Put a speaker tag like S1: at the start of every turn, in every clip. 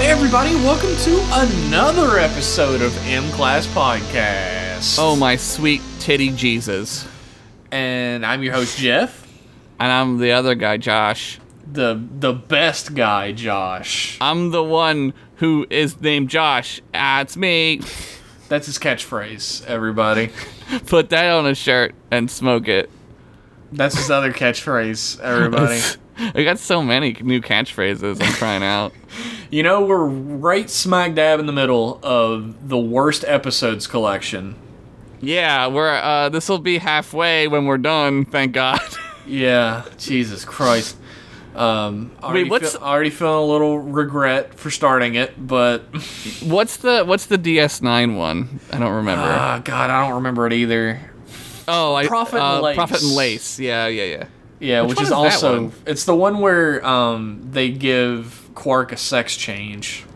S1: everybody. Welcome to another episode of M Class Podcast.
S2: Oh my sweet titty Jesus.
S1: And I'm your host Jeff,
S2: And I'm the other guy, Josh.
S1: the the best guy, Josh.
S2: I'm the one who is named Josh. That's me.
S1: That's his catchphrase, everybody.
S2: Put that on a shirt and smoke it.
S1: That's his other catchphrase, everybody.
S2: I got so many new catchphrases I'm trying out.
S1: You know, we're right smack dab in the middle of the worst episodes collection.
S2: Yeah, we're uh this will be halfway when we're done, thank God.
S1: Yeah, Jesus Christ. Um, already
S2: what's-
S1: feel- already feeling a little regret for starting it, but
S2: what's the what's the DS9 one? I don't remember.
S1: ah, God, I don't remember it either.
S2: oh, I
S1: Prophet and
S2: uh,
S1: Lace.
S2: Prophet and Lace. Yeah, yeah, yeah.
S1: Yeah, which,
S2: one
S1: is,
S2: is that
S1: also
S2: one?
S1: it's the one where um, they give Quark a sex change,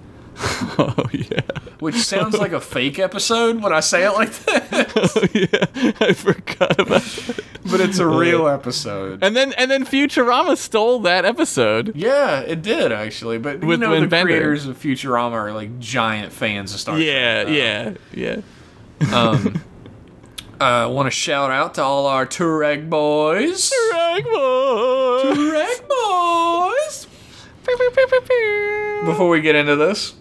S2: Oh yeah.
S1: which sounds like a fake episode when I say it like that,
S2: Oh yeah. I forgot about that.
S1: but it's a real episode.
S2: And then and then Futurama stole that episode.
S1: Yeah, it did actually, but you
S2: With-
S1: know
S2: with
S1: the
S2: Bender.
S1: creators of Futurama are like giant fans of Star Trek.
S2: Yeah, yeah, yeah.
S1: I want to Uh, shout out to all our Turek boys.
S2: Ragboy.
S1: Turek boys. Before we get into this,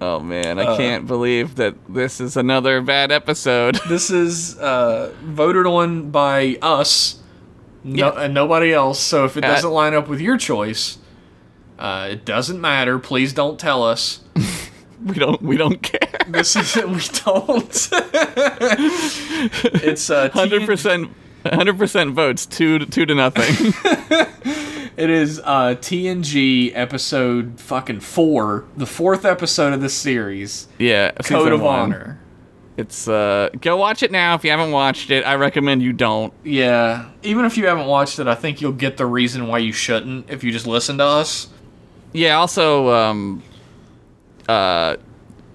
S2: Oh man,
S1: Uh.
S2: I can't believe that this is another bad episode.
S1: this is uh, voted on by us no,
S2: Yeah.
S1: and nobody else. So if it
S2: Uh,
S1: doesn't line up with your choice, uh, it doesn't matter. Please don't tell us.
S2: We don't we don't care.
S1: This is we don't. it's uh, T-
S2: Hundred percent. 100% votes, two to, two to nothing.
S1: It is uh, TNG episode fucking four, the fourth episode of the series.
S2: yeah,
S1: Code
S2: season
S1: of
S2: one.
S1: Honor.
S2: It's uh, go watch it now if you haven't watched it. I recommend you don't.
S1: Yeah, even if you haven't watched it, I think you'll get the reason why you shouldn't if you just listen to us.
S2: Yeah, also, um, uh,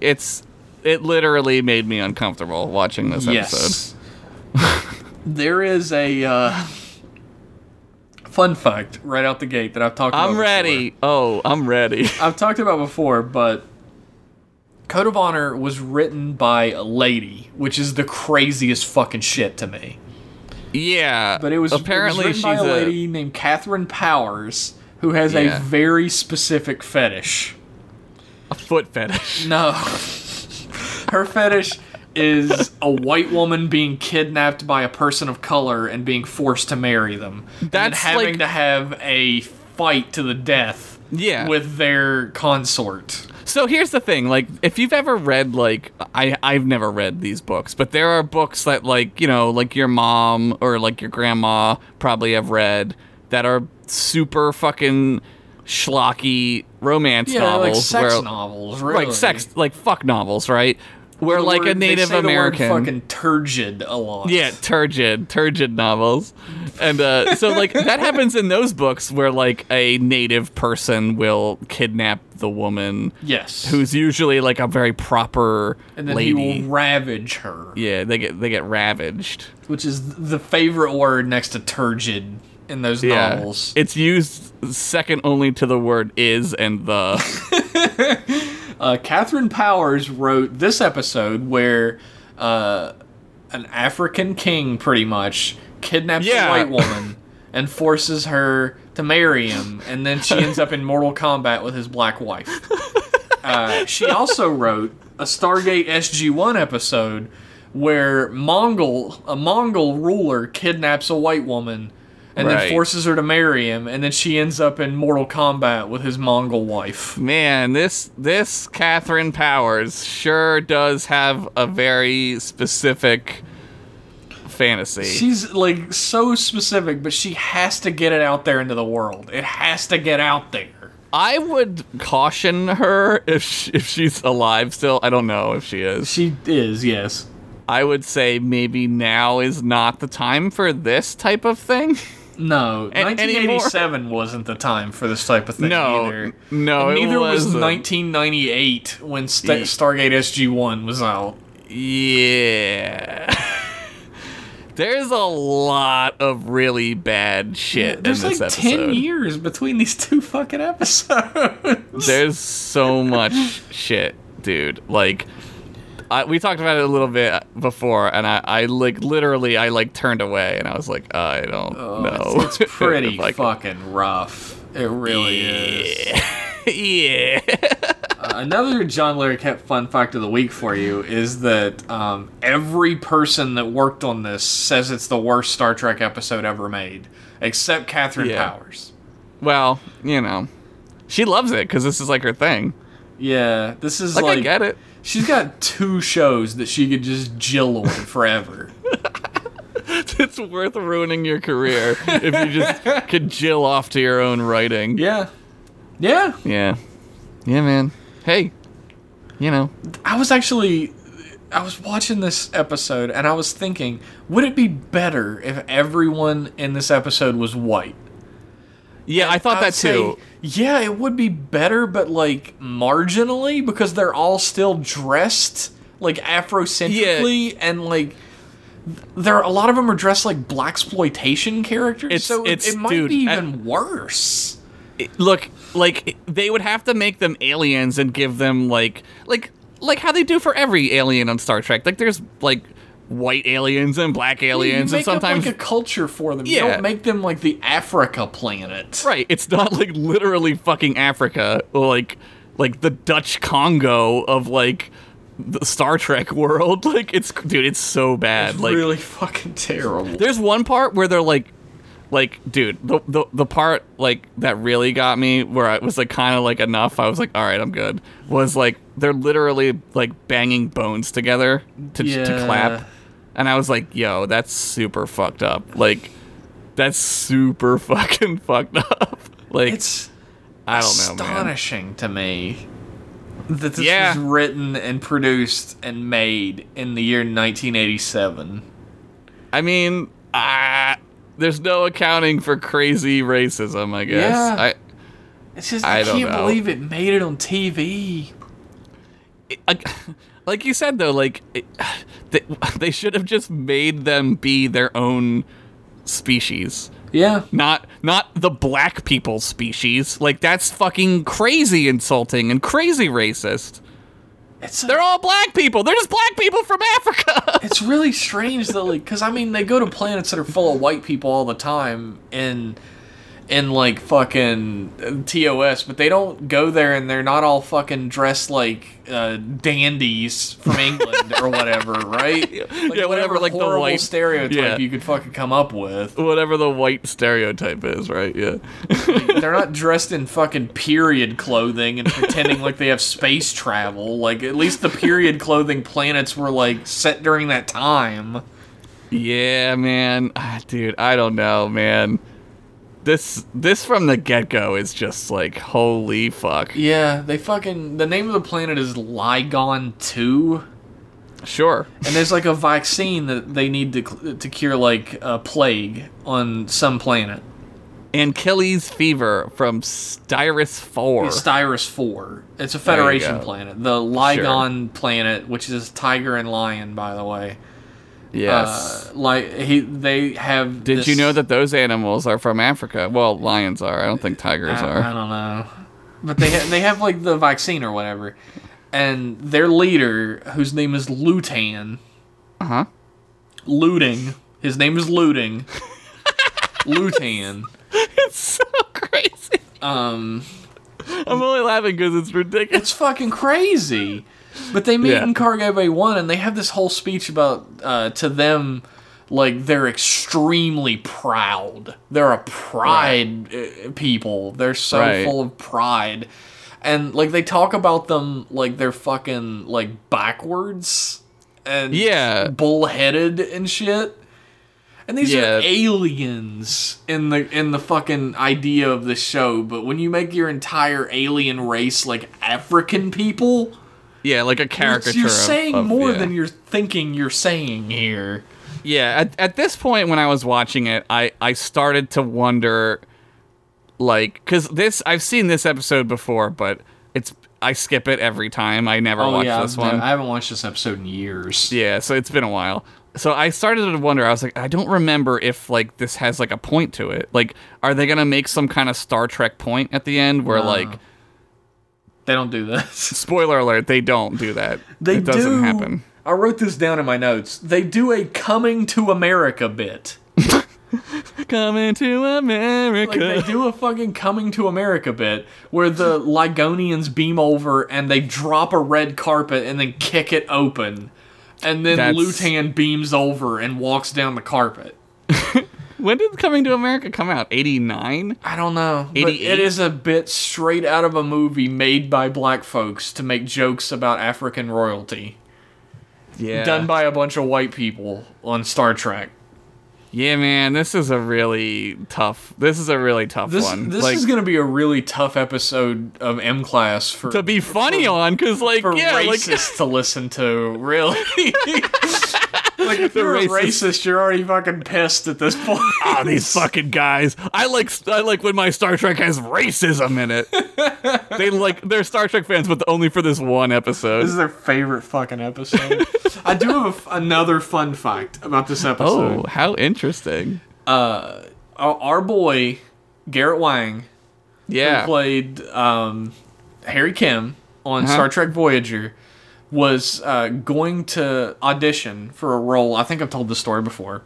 S2: it's it literally made me uncomfortable watching this episode.
S1: Yes. there is a uh, fun fact right out the gate that I've talked about.
S2: I'm ready. Oh, I'm ready.
S1: before. I've talked about before, but Code of Honor was written by a lady, which is the craziest fucking shit to me.
S2: Yeah,
S1: But it was
S2: apparently
S1: it was
S2: she's
S1: written by a
S2: a-
S1: lady named Catherine Powers who has
S2: Yeah.
S1: a very specific fetish.
S2: a foot fetish.
S1: No. Her fetish is a white woman being kidnapped by a person of color and being forced to marry them. and then
S2: That's
S1: having
S2: like-
S1: to have a fight to the death
S2: Yeah.
S1: with their consort.
S2: so here's the thing: like, if you've ever read, like, I I've never read these books, but there are books that, like, you know, like your mom or like your grandma probably have read that are super fucking schlocky romance
S1: Yeah,
S2: novels,
S1: like sex
S2: where,
S1: novels, really.
S2: like sex, like fuck novels, right? Where
S1: The
S2: like a
S1: word- they
S2: Native
S1: say the word
S2: American,
S1: fucking turgid a lot.
S2: Yeah, turgid, turgid novels. And uh, so, like, that happens in those books where, like, a native person will kidnap the woman
S1: Yes.
S2: who's usually, like, a very proper
S1: and then he
S2: lady.
S1: will ravage her,
S2: yeah, they get they get ravaged.
S1: which is the favorite word next to turgid in those
S2: Yeah,
S1: novels.
S2: it's used second only to the word is and the.
S1: uh, Catherine Powers wrote this episode where uh, an African king pretty much kidnaps
S2: Yeah.
S1: a white woman and forces her to marry him, and then she ends up in mortal combat with his black wife. Uh, she also wrote a Stargate SG One episode where Mongol a Mongol ruler kidnaps a white woman. And then
S2: Right.
S1: forces her to marry him, and then she ends up in mortal combat with his Mongol wife.
S2: Man, this this Catherine Powers sure does have a very specific fantasy.
S1: She's like so specific, but she has to get it out there into the world. It has to get out there.
S2: I would caution her if she, if she's alive still. I don't know if she is.
S1: She is, yes.
S2: I would say maybe now is not the time for this type of thing.
S1: No,
S2: A-
S1: 1987 wasn't the time for this type of thing
S2: No,
S1: either.
S2: no, it
S1: Neither was
S2: wasn't.
S1: 1998 when Sta
S2: Ye-
S1: Stargate SG-1 was out.
S2: Yeah. There's a lot of really bad shit
S1: There's
S2: in
S1: like
S2: this
S1: ten
S2: episode.
S1: years between these two fucking episodes.
S2: There's so much shit, dude. Like, I, we talked about it a little bit before, and I, I like literally, I like turned away, and I was like, I don't know.
S1: Oh, It's, it's pretty
S2: Like,
S1: fucking rough. It really is.
S2: yeah.
S1: Uh, another John Larry Cat fun fact of the week for you is that um, every person that worked on this says it's the worst Star Trek episode ever made, except Catherine
S2: Yeah.
S1: Powers.
S2: well, you know, she loves it because this is like her thing.
S1: Yeah, this is
S2: Like,
S1: like,
S2: I get it.
S1: she's got two shows that she could just jill on forever.
S2: It's worth ruining your career if you just could jill off to your own writing.
S1: yeah, yeah.
S2: Yeah. Yeah, man. Hey, you know,
S1: I was actually I was watching this episode and I was thinking, would it be better if everyone in this episode was white?
S2: Yeah, I thought
S1: I'd
S2: that too.
S1: say, yeah, it would be better, but like marginally because they're all still dressed like Afrocentrically and like there are a lot of them are dressed like black exploitation characters.
S2: It's-
S1: so it-
S2: it's-
S1: it might
S2: dude,
S1: be
S2: I-
S1: even worse.
S2: It- Look, like they would have to make them aliens and give them like like like how they do for every alien on Star Trek. Like there's like white aliens and black aliens
S1: you
S2: and
S1: make up,
S2: sometimes
S1: like a culture for them. You
S2: Yeah.
S1: don't make them like the Africa planet.
S2: right, it's not like literally fucking Africa or like like the Dutch Congo of like the Star Trek world. Like it's dude, it's so bad. like
S1: really fucking terrible.
S2: There's one part where they're like, like, dude, the the, the part like that really got me where I was like kind of like enough. I was like, all right, I'm good. Was like they're literally like banging bones together to to
S1: Yeah.
S2: clap, and I was like, yo, that's super fucked up. Like, that's super fucking fucked up. Like,
S1: It's
S2: I don't know, Oh, man.
S1: astonishing to me that this
S2: Yeah.
S1: was written and produced and made in the year 1987.
S2: I mean, ah, there's no accounting for crazy racism. I guess.
S1: Yeah.
S2: I,
S1: It's just
S2: I
S1: I,
S2: don't
S1: can't
S2: know.
S1: believe it made it on TV.
S2: like, like you said though, like it, they, they should have just made them be their own species,
S1: Yeah.
S2: not not the black people species. Like that's fucking crazy, insulting, and crazy racist.
S1: It's
S2: They're all black people. They're just black people from Africa.
S1: it's really strange though like because i mean they go to planets that are full of white people all the time and in like fucking uh, tos but they don't go there and they're not all fucking dressed like uh, dandies from england or whatever right like,
S2: whatever, like, the
S1: horrible
S2: white-
S1: stereotype
S2: yeah.
S1: you could fucking come up with
S2: Whatever the white stereotype is, right? Yeah.
S1: they're not dressed in fucking period clothing and pretending like they have space travel like at least the period clothing planets were like set during that time
S2: Yeah, man. Ah, Dude, I don't know, man. This this from the get-go is just like holy fuck.
S1: Yeah, they fucking. The name of the planet is Ligon 2.
S2: Sure.
S1: And there's like a vaccine that they need to, cl- to cure like a plague on some planet.
S2: Anchilles Fever from Styrus 4.
S1: Styrus 4. It's a
S2: you
S1: Federation
S2: go.
S1: planet. The Ligon planet, which is tiger and lion, by the way.
S2: yes.
S1: Uh, like, he, they have.
S2: Did
S1: this-
S2: you know that those animals are from Africa? Well, lions are. I don't think tigers
S1: I, I
S2: are.
S1: don't know. But they, ha- they have like the vaccine or whatever. And their leader, whose name is Lutan.
S2: Uh huh.
S1: looting. His name is looting. Lutan.
S2: It's so crazy.
S1: Um,
S2: I'm only laughing because it's ridiculous.
S1: it's fucking crazy. But they meet
S2: Yeah.
S1: in Cargo Bay One, and they have this whole speech about uh, to them, like they're extremely proud. They're a pride uh people. They're so
S2: Right.
S1: full of pride, and like they talk about them like they're fucking like backwards and
S2: Yeah.
S1: bullheaded and shit. And these
S2: Yeah.
S1: are aliens in the in the fucking idea of the show, but when you make your entire alien race like African people,
S2: Yeah, like a caricature.
S1: you're
S2: of-
S1: saying
S2: of-
S1: more
S2: yeah.
S1: than you're thinking you're saying here.
S2: Yeah, at, at this point when I was watching it, I, I started to wonder, like, because this, I've seen this episode before, but it's, I skip
S1: Oh,
S2: it every time. I never watch this one.
S1: I haven't watched this episode in years.
S2: Yeah, so it's been a while. so I started to wonder. I was like, I don't remember if like this has like a point to it. Like, are they gonna make some kind of Star Trek point at the end where like
S1: They don't do this.
S2: spoiler alert they don't do that.
S1: They
S2: it doesn't
S1: do,
S2: happen.
S1: I wrote this down in my notes. They do a coming to America bit.
S2: Coming to
S1: Like
S2: America.
S1: they do a fucking coming to America bit where the Ligonians beam over and they drop a red carpet and then kick it open. And then
S2: That's-
S1: Lutan beams over and walks down the carpet.
S2: when did Coming to America come out? Eighty nine.
S1: I don't know. But
S2: 88?
S1: it is a bit straight out of a movie made by black folks to make jokes about African royalty.
S2: Yeah.
S1: Done by a bunch of white people on Star Trek.
S2: Yeah, man, this is a really tough. This is a really tough
S1: This,
S2: one.
S1: this
S2: like,
S1: is going to be a really tough episode of M Class for
S2: to be funny on, cause like
S1: for
S2: yeah, like
S1: racists to listen to, really. like if you're a
S2: racist-
S1: racist, you're already fucking pissed at this point.
S2: ah, these fucking guys. I like I like when my Star Trek has racism in it. they like they're Star Trek fans, but only for this one episode.
S1: This is their favorite fucking episode. I do have a f another fun fact about this episode.
S2: oh, how interesting. Oh.
S1: Our, our boy Garrett Wang
S2: Yeah.
S1: played um, Harry Kim on
S2: Uh-huh.
S1: Star Trek Voyager. Was uh, going to audition for a role. I think I've told this story before.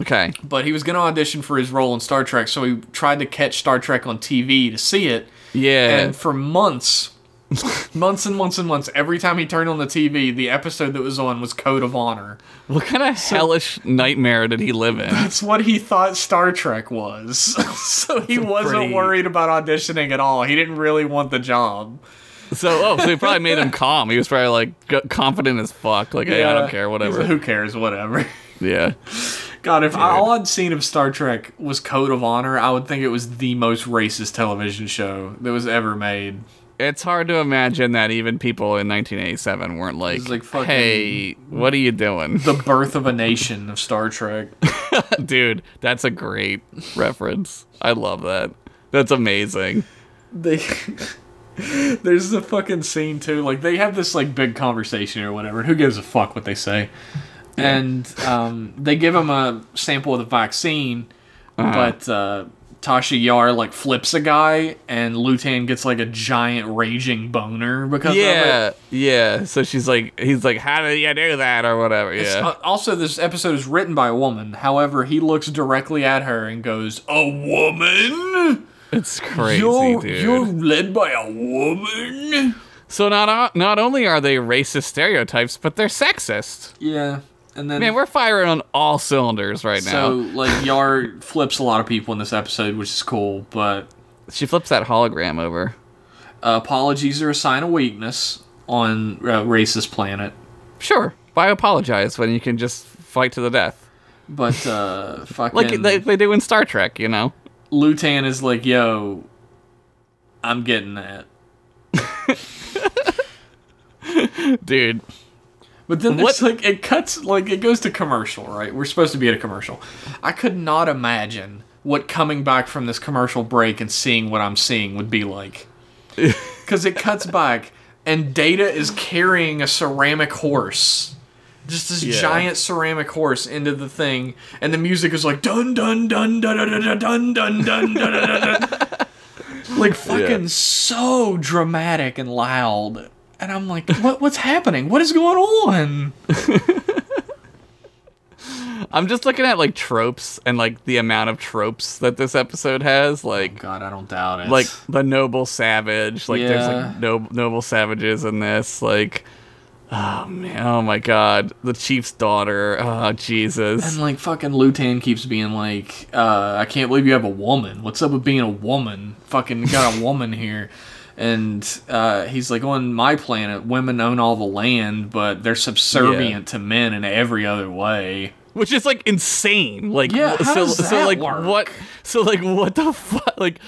S2: Okay.
S1: but he was going to audition for his role in Star Trek, so he tried to catch Star Trek on TV to see it.
S2: Yeah.
S1: And for months, months and months and months, every time he turned on the TV, the episode that was on was Code of Honor.
S2: what kind of hellish nightmare did he live in?
S1: That's what he thought Star Trek was. so he wasn't
S2: pretty-
S1: worried about auditioning at all. He didn't really want the job.
S2: So oh, so he probably made him calm. He was probably like g- confident as fuck. Like hey, I
S1: Yeah.
S2: don't care,
S1: He's
S2: whatever.
S1: like, Who cares? Whatever.
S2: yeah.
S1: God, if all I'd seen of Star Trek was Code of Honor, I would think it was the most racist television show that was ever made.
S2: it's hard to imagine that even people in 1987 weren't like,
S1: It's like fucking-
S2: hey, what are you doing?
S1: The birth of a nation of Star Trek.
S2: Dude, that's a great reference. I love that. That's amazing.
S1: they there's the fucking scene too like they have this like big conversation or whatever who gives a fuck what they say and um, they give him a sample of the vaccine but uh, tasha yar like flips a guy and lutan gets like a giant raging boner because of it
S2: Yeah, yeah. So she's like, he's like, how did you do that or whatever?
S1: It's-
S2: Yeah.
S1: uh, also, this episode is written by a woman. However, he looks directly at her and goes, "A woman?
S2: It's crazy,
S1: you're
S2: dude.
S1: you're led by a woman?"
S2: So not not only are they racist stereotypes, but they're sexist.
S1: Yeah, and then
S2: Man, we're firing on all cylinders right
S1: So
S2: now.
S1: like Yar flips a lot of people in this episode, which is cool, but
S2: She flips that hologram over.
S1: uh, apologies are a sign of weakness on uh, racist planet.
S2: Sure, why apologize when you can just fight to the death?
S1: But uh, fucking
S2: like they, they do in Star Trek, you know.
S1: Lutan is like, yo, I'm getting that.
S2: Dude,
S1: But then
S2: What-
S1: it's like it cuts like it goes to commercial, right? We're supposed to be at a commercial. I could not imagine what coming back from this commercial break and seeing what I'm seeing would be like. Cuz it cuts back and Data is carrying a ceramic horse. Just this
S2: Yeah.
S1: giant ceramic horse into the thing and the music is like dun dun dun dun dun dun dun dun dun dun dun. dun. Like fucking so dramatic and loud. And I'm like, what what's happening? What is going on?
S2: I'm just looking at like tropes and like the amount of tropes that this episode has. Like
S1: God, I don't doubt it.
S2: like the noble savage, like there's
S1: Yeah.
S2: like no, noble savages in this. Like oh man, oh my god, the chief's daughter. Oh Jesus.
S1: and like fucking Lutan keeps being like, uh, I can't believe you have a woman. What's up with being a woman? Fucking got a woman here. And uh, he's like, on my planet, women own all the land, but they're subservient to men in every other way.
S2: Which is like insane. Like
S1: Yeah,
S2: wh-
S1: how
S2: so
S1: does
S2: so
S1: that
S2: like
S1: work?
S2: what so like what the fuck like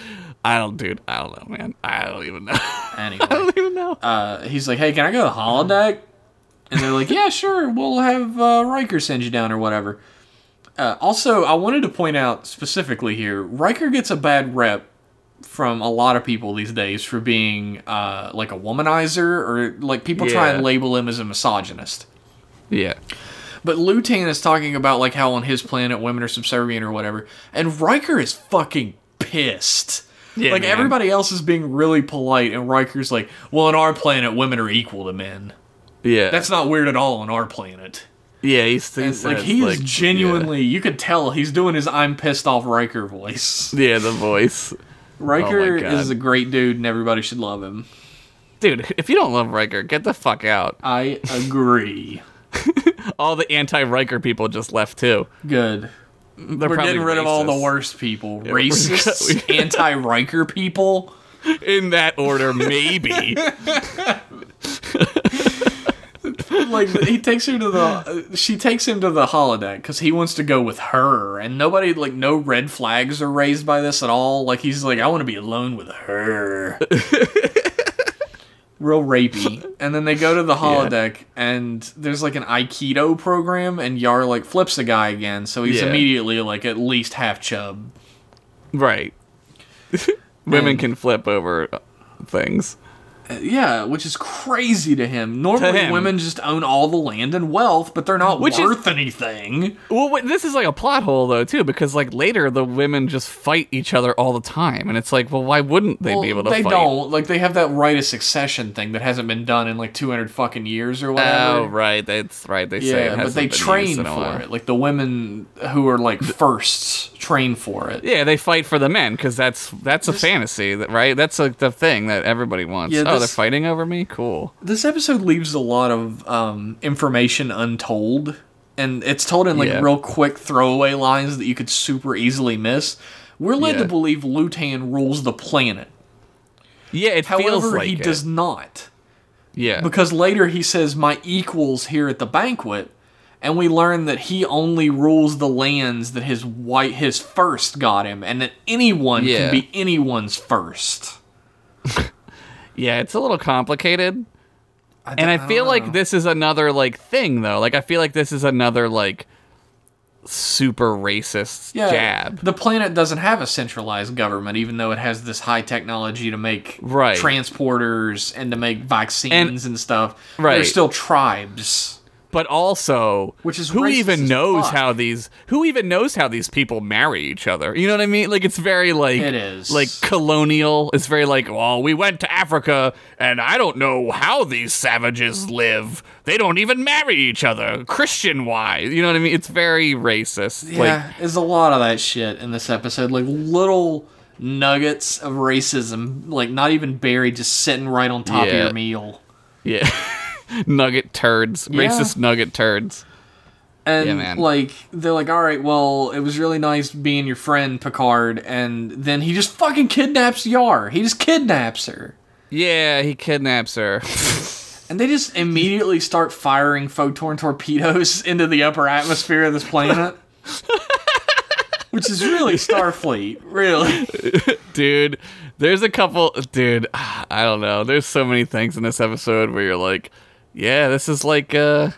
S2: I don't dude, I don't know, man. I don't even know. I
S1: Anyway,
S2: don't even know.
S1: uh, he's like, hey, can I go to the holodeck? And they're like, yeah, sure, we'll have uh, Riker send you down or whatever. Uh, also, I wanted to point out specifically here, Riker gets a bad rep from a lot of people these days for being uh, like a womanizer or like people try
S2: Yeah.
S1: and label him as a misogynist.
S2: yeah.
S1: But Lutan is talking about like how on his planet women are subservient or whatever, and Riker is fucking pissed.
S2: Yeah,
S1: like
S2: man.
S1: everybody else is being really polite, and Riker's like, "Well, on our planet, women are equal to men.
S2: Yeah,
S1: That's not weird at all on our planet."
S2: yeah. He's, he's
S1: It's like
S2: that's,
S1: he is
S2: yeah.
S1: genuinely, you could tell he's doing his "I'm pissed off" Riker voice.
S2: Yeah, the voice,
S1: Riker
S2: God.
S1: is a great dude, and everybody should love him.
S2: dude. If you don't love Riker, get the fuck out.
S1: I agree.
S2: All the anti-Riker people just left too.
S1: Good.
S2: They're
S1: We're
S2: probably
S1: getting rid of all the
S2: racist.
S1: worst people.
S2: we're-
S1: Racists, anti Riker people.
S2: in that order, maybe.
S1: Like he takes her to the, uh, she takes him to the holodeck because he wants to go with her, and nobody like no red flags are raised by this at all. Like he's like, I want to be alone with her. Real rapey. And then they go to the holodeck, and there's like an Aikido program, and Yar like flips the guy again, so he's
S2: Yeah.
S1: immediately like at least half chub.
S2: right. Women
S1: And-
S2: can flip over things.
S1: Yeah, which is crazy to him. Normally,
S2: him.
S1: women just own all the land and wealth, but they're not
S2: Which is-
S1: worth anything.
S2: Well, wait, this is like a plot hole though too, because like later the women just fight each other all the time, and it's like, well, why wouldn't they be able to
S1: they
S2: fight?
S1: don't. Like, they have that right of succession thing that hasn't been done in like 200 fucking years or whatever.
S2: Oh, right. That's right. They say it
S1: Yeah, but
S2: hasn't
S1: they
S2: been used
S1: train
S2: in a
S1: for
S2: while.
S1: it. Like, the women who are like firsts train for it.
S2: Yeah, they fight for the men because that's that's a fantasy, that- right? That's like the thing that everybody wants.
S1: Yeah,
S2: oh, they're
S1: this-
S2: fighting over me. Cool.
S1: This episode leaves a lot of um, information untold, and it's told in like
S2: Yeah.
S1: real quick throwaway lines that you could super easily miss. We're led
S2: Yeah.
S1: to believe Lutan rules the planet.
S2: Yeah, it feels
S1: However,
S2: like
S1: he
S2: it.
S1: does not.
S2: Yeah,
S1: Because later he says, My equals here at the banquet, and we learn that he only rules the lands that his white his first got him, and that anyone
S2: Yeah.
S1: can be anyone's first.
S2: yeah. It's a little complicated.
S1: d-
S2: and I
S1: don't
S2: feel
S1: know.
S2: like this is another like thing though. Like I feel like this is another like super racist
S1: yeah,
S2: jab.
S1: The planet doesn't have a centralized government, even though it has this high technology to make
S2: Right.
S1: transporters and to make vaccines and, stuff.
S2: Right.
S1: They're still tribes.
S2: But also,
S1: Which is
S2: who
S1: racist
S2: even
S1: as
S2: knows
S1: fuck.
S2: how these who even knows how these people marry each other? You know what I mean? Like it's very like
S1: It is.
S2: like colonial. It's very like, well, we went to Africa and I don't know how these savages live. They don't even marry each other, Christian wise. You know what I mean? It's very racist. Like
S1: Yeah, there's a lot of that shit in this episode. Like little nuggets of racism, like not even buried, just sitting right on top
S2: Yeah.
S1: of your meal.
S2: yeah. nugget turds.
S1: Yeah.
S2: Racist nugget turds.
S1: And
S2: Yeah, man.
S1: like they're like, all right, well, it was really nice being your friend, Picard. And then he just fucking kidnaps Yar. He just kidnaps her.
S2: Yeah, he kidnaps her.
S1: And they just immediately start firing photon torpedoes into the upper atmosphere of this planet. Which is really Starfleet, really.
S2: dude, there's a couple dude, I don't know. There's so many things in this episode where you're like, yeah, this is like uh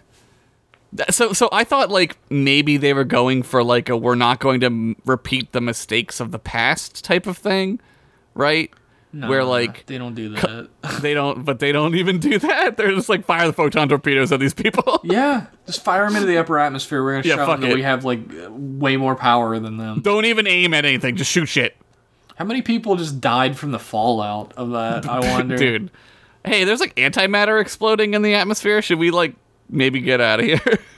S2: th- so so I thought like maybe they were going for like a we're not going to m- repeat the mistakes of the past type of thing, right? where
S1: Nah,
S2: like
S1: they don't do that.
S2: they don't but they don't even do that. They're just like fire the photon torpedoes at these people.
S1: Yeah, just fire them into the upper atmosphere. We're gonna
S2: Yeah,
S1: show
S2: fuck
S1: them that
S2: it.
S1: we have like uh, way more power than them.
S2: don't even aim at anything, just shoot shit.
S1: How many people just died from the fallout of that? I wonder.
S2: Dude. Hey, there's like antimatter exploding in the atmosphere. Should we like maybe get out of here?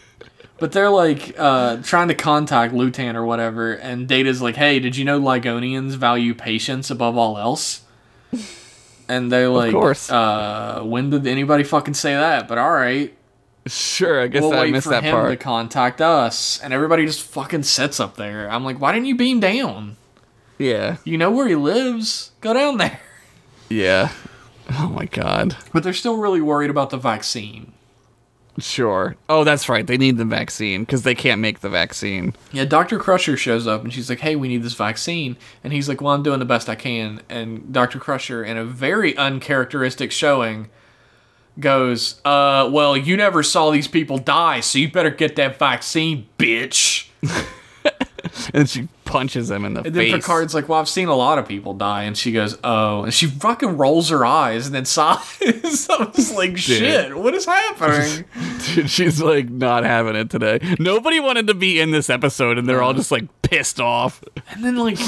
S1: But they're like uh, trying to contact Lutan or whatever, and Data's like, "Hey, did you know Ligonians value patience above all else?" And they're like,
S2: course.
S1: Uh, "When did anybody fucking say that?" But all right,
S2: Sure, I guess
S1: we'll
S2: I
S1: wait
S2: missed
S1: for
S2: that
S1: him to
S2: part.
S1: contact us." And everybody just fucking sits up there. I'm like, "Why didn't you beam down?
S2: Yeah,
S1: You know where he lives. Go down there."
S2: yeah. Oh my god.
S1: But they're still really worried about the vaccine.
S2: Sure. Oh, that's right. They need the vaccine because they can't make the vaccine.
S1: Yeah, Dr. Crusher shows up and she's like, hey, we need this vaccine. And he's like, well, I'm doing the best I can. And Dr. Crusher, in a very uncharacteristic showing, goes, uh, well, you never saw these people die, so you better get that vaccine, bitch.
S2: And she punches him in the
S1: And then
S2: face.
S1: Picard's like, "Well, I've seen a lot of people die," and she goes, "Oh," and she fucking rolls her eyes and then sighs. I was like, "Shit, what is happening?"
S2: Dude, she's like not having it today. Nobody wanted to be in this episode, and they're all just like pissed off.
S1: And then like,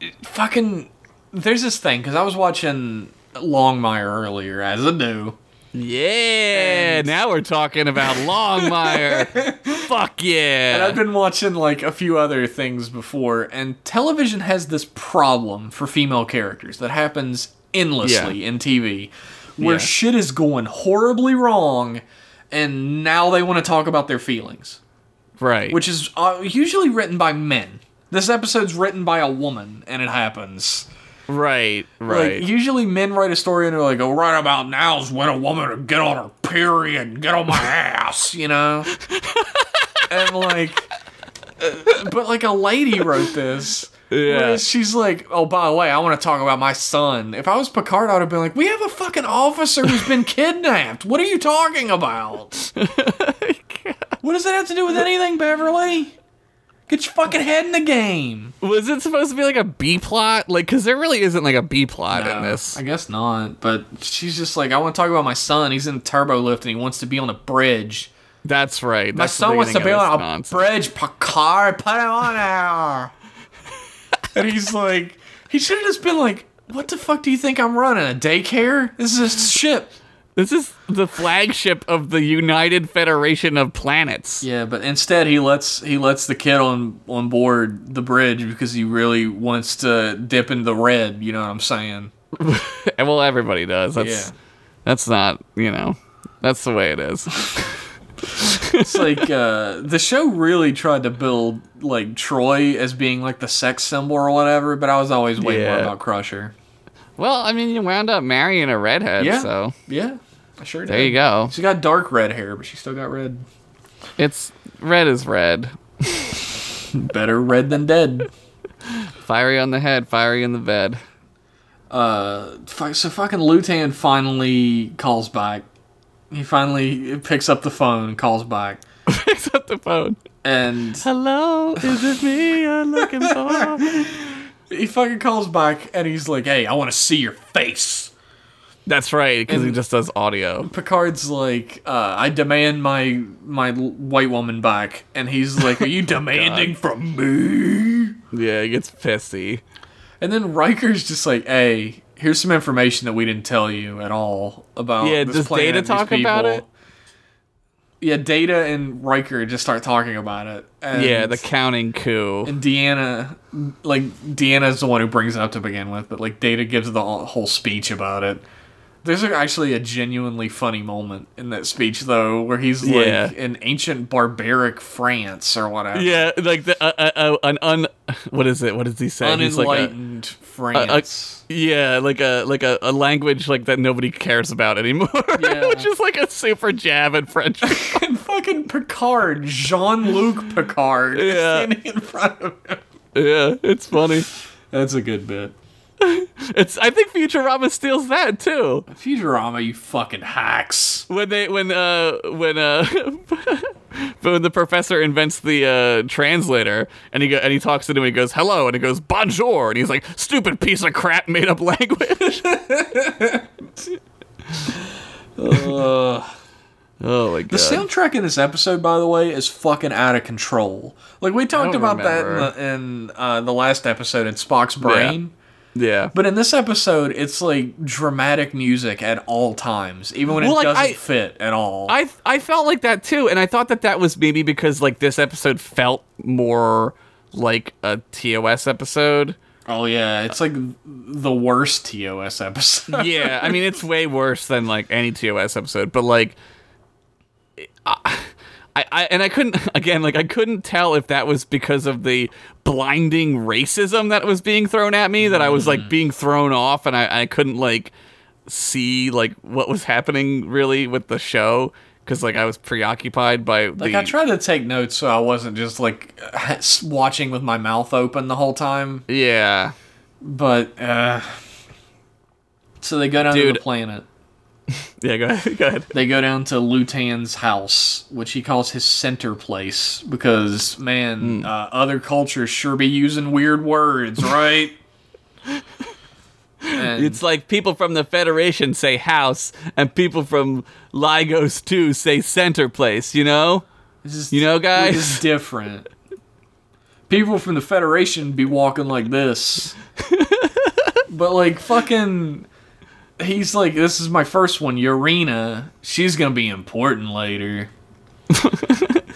S1: it- fucking, there's this thing because I was watching Longmire earlier, as I do,
S2: Yeah, now we're talking about Longmire. Fuck
S1: and I've
S2: yeah.
S1: been watching like a few other things before, and television has this problem for female characters that happens endlessly in TV, where
S2: Yeah.
S1: shit is going horribly wrong, and now they want to talk about their feelings.
S2: Right.
S1: which is uh, usually written by men. This episode's written by a woman, and it happens.
S2: right. Right.
S1: Like usually, men write a story and they're like, "Oh, right about now's when a woman would get on her period, and get on my ass," you know. and like, uh, but like a lady wrote this.
S2: yeah.
S1: Whereas She's like, oh, by the way, I want to talk about my son. If I was Picard, I'd have been like, we have a fucking officer who's been kidnapped. What are you talking about? what does that have to do with anything, Beverly? Get your fucking head in the game.
S2: Was it supposed to be like a B plot? Like, because there really isn't like a B plot in this.
S1: Uh, I guess not, but she's just like, I want to talk about my son. He's in a turbo lift and he wants to be on a bridge.
S2: That's right.
S1: My
S2: That's the
S1: son wants to be
S2: beginning of
S1: on a
S2: this nonsense.
S1: bridge, Picard. Put him on there. and he's like, he should have just been like, what the fuck do you think I'm running? A daycare? This is a ship.
S2: This is the flagship of the United Federation of Planets.
S1: Yeah, but instead he lets he lets the kid on on board the bridge because he really wants to dip in the red. You know what I'm saying?
S2: And well, everybody does. That's
S1: Yeah.
S2: that's not you know. That's the way it is.
S1: It's like uh, the show really tried to build like Troy as being like the sex symbol or whatever, but I was always way more
S2: Yeah.
S1: about Crusher.
S2: well, I mean, you wound up marrying a redhead,
S1: Yeah.
S2: so
S1: Yeah, I sure
S2: there you go.
S1: She got dark red hair, but she still got red.
S2: It's red is red.
S1: Better red than dead.
S2: Fiery on the head, fiery in the bed.
S1: Uh, fu- so fucking Lutan finally calls back. He finally picks up the phone, and calls back,
S2: Picks up the phone.
S1: and
S2: Hello, is it me you're looking for?
S1: he fucking calls back, and he's like, "Hey, I want to see your face."
S2: That's right, because he
S1: And-
S2: just does audio.
S1: Picard's like, uh, "I demand my my l- white woman back," and he's like, "Are you Oh demanding from me?"
S2: Yeah, he gets pissy.
S1: And then Riker's just like, "Hey, here's some information that we didn't tell you at all about
S2: Yeah,
S1: this
S2: does
S1: planet,
S2: Data
S1: these
S2: talk about
S1: people."
S2: it?
S1: Yeah, Data and Riker just start talking about it. And
S2: Yeah, the counting coup.
S1: and Deanna, like Deanna's the one who brings it up to begin with, but like Data gives the whole speech about it. There's actually a genuinely funny moment in that speech though, where he's
S2: Yeah.
S1: like in ancient barbaric France or whatever.
S2: Yeah, like the uh, uh, uh, an un. What is it? What does he say? He's like a-
S1: unenlightened France.
S2: Yeah, like a like a, a language like that nobody cares about anymore,
S1: Yeah.
S2: which is like a super jab at French.
S1: and fucking Picard, Jean Luc Picard, is
S2: Yeah.
S1: standing in front of him.
S2: yeah, it's funny.
S1: That's a good bit.
S2: It's I think Futurama steals that too.
S1: Futurama, you fucking hacks.
S2: When they when uh when uh when the professor invents the uh translator and he go, and he talks to him and he goes hello and he goes bonjour and he's like stupid piece of crap made up language.
S1: Ugh.
S2: oh my god.
S1: The soundtrack in this episode, by the way, is fucking out of control. Like we talked
S2: don't
S1: about that
S2: remember.
S1: in the, in uh, the last episode in Spock's brain,
S2: yeah.
S1: but in this episode, it's like dramatic music at all times, even when
S2: Well,
S1: it
S2: like,
S1: doesn't
S2: I-
S1: fit at all.
S2: I I felt like that too, and I thought that that was maybe because like this episode felt more like a TOS episode.
S1: oh yeah, it's like the worst TOS episode.
S2: Yeah, I mean it's way worse than like any TOS episode, but like, I, I and I couldn't again like I couldn't tell if that was because of the blinding racism that was being thrown at me that I was
S1: Mm.
S2: like being thrown off, and I I couldn't like see like what was happening really with the show. Because like I was preoccupied by
S1: Like
S2: the
S1: I tried to take notes so I wasn't just like watching with my mouth open the whole time.
S2: yeah
S1: But uh so they go down to
S2: Dude.
S1: the planet.
S2: Yeah, go ahead. Go ahead.
S1: They go down to Lutan's house, which he calls his center place, because
S2: Hmm.
S1: man, uh, other cultures sure be using weird words, right? And-
S2: It's like people from the Federation say house, and people from Lagos too say center place. You know,
S1: This is,
S2: You know, guys?
S1: This is different. People from the Federation be walking like this. but, like, fucking. He's like, this is my first one, Urena. She's gonna be important later.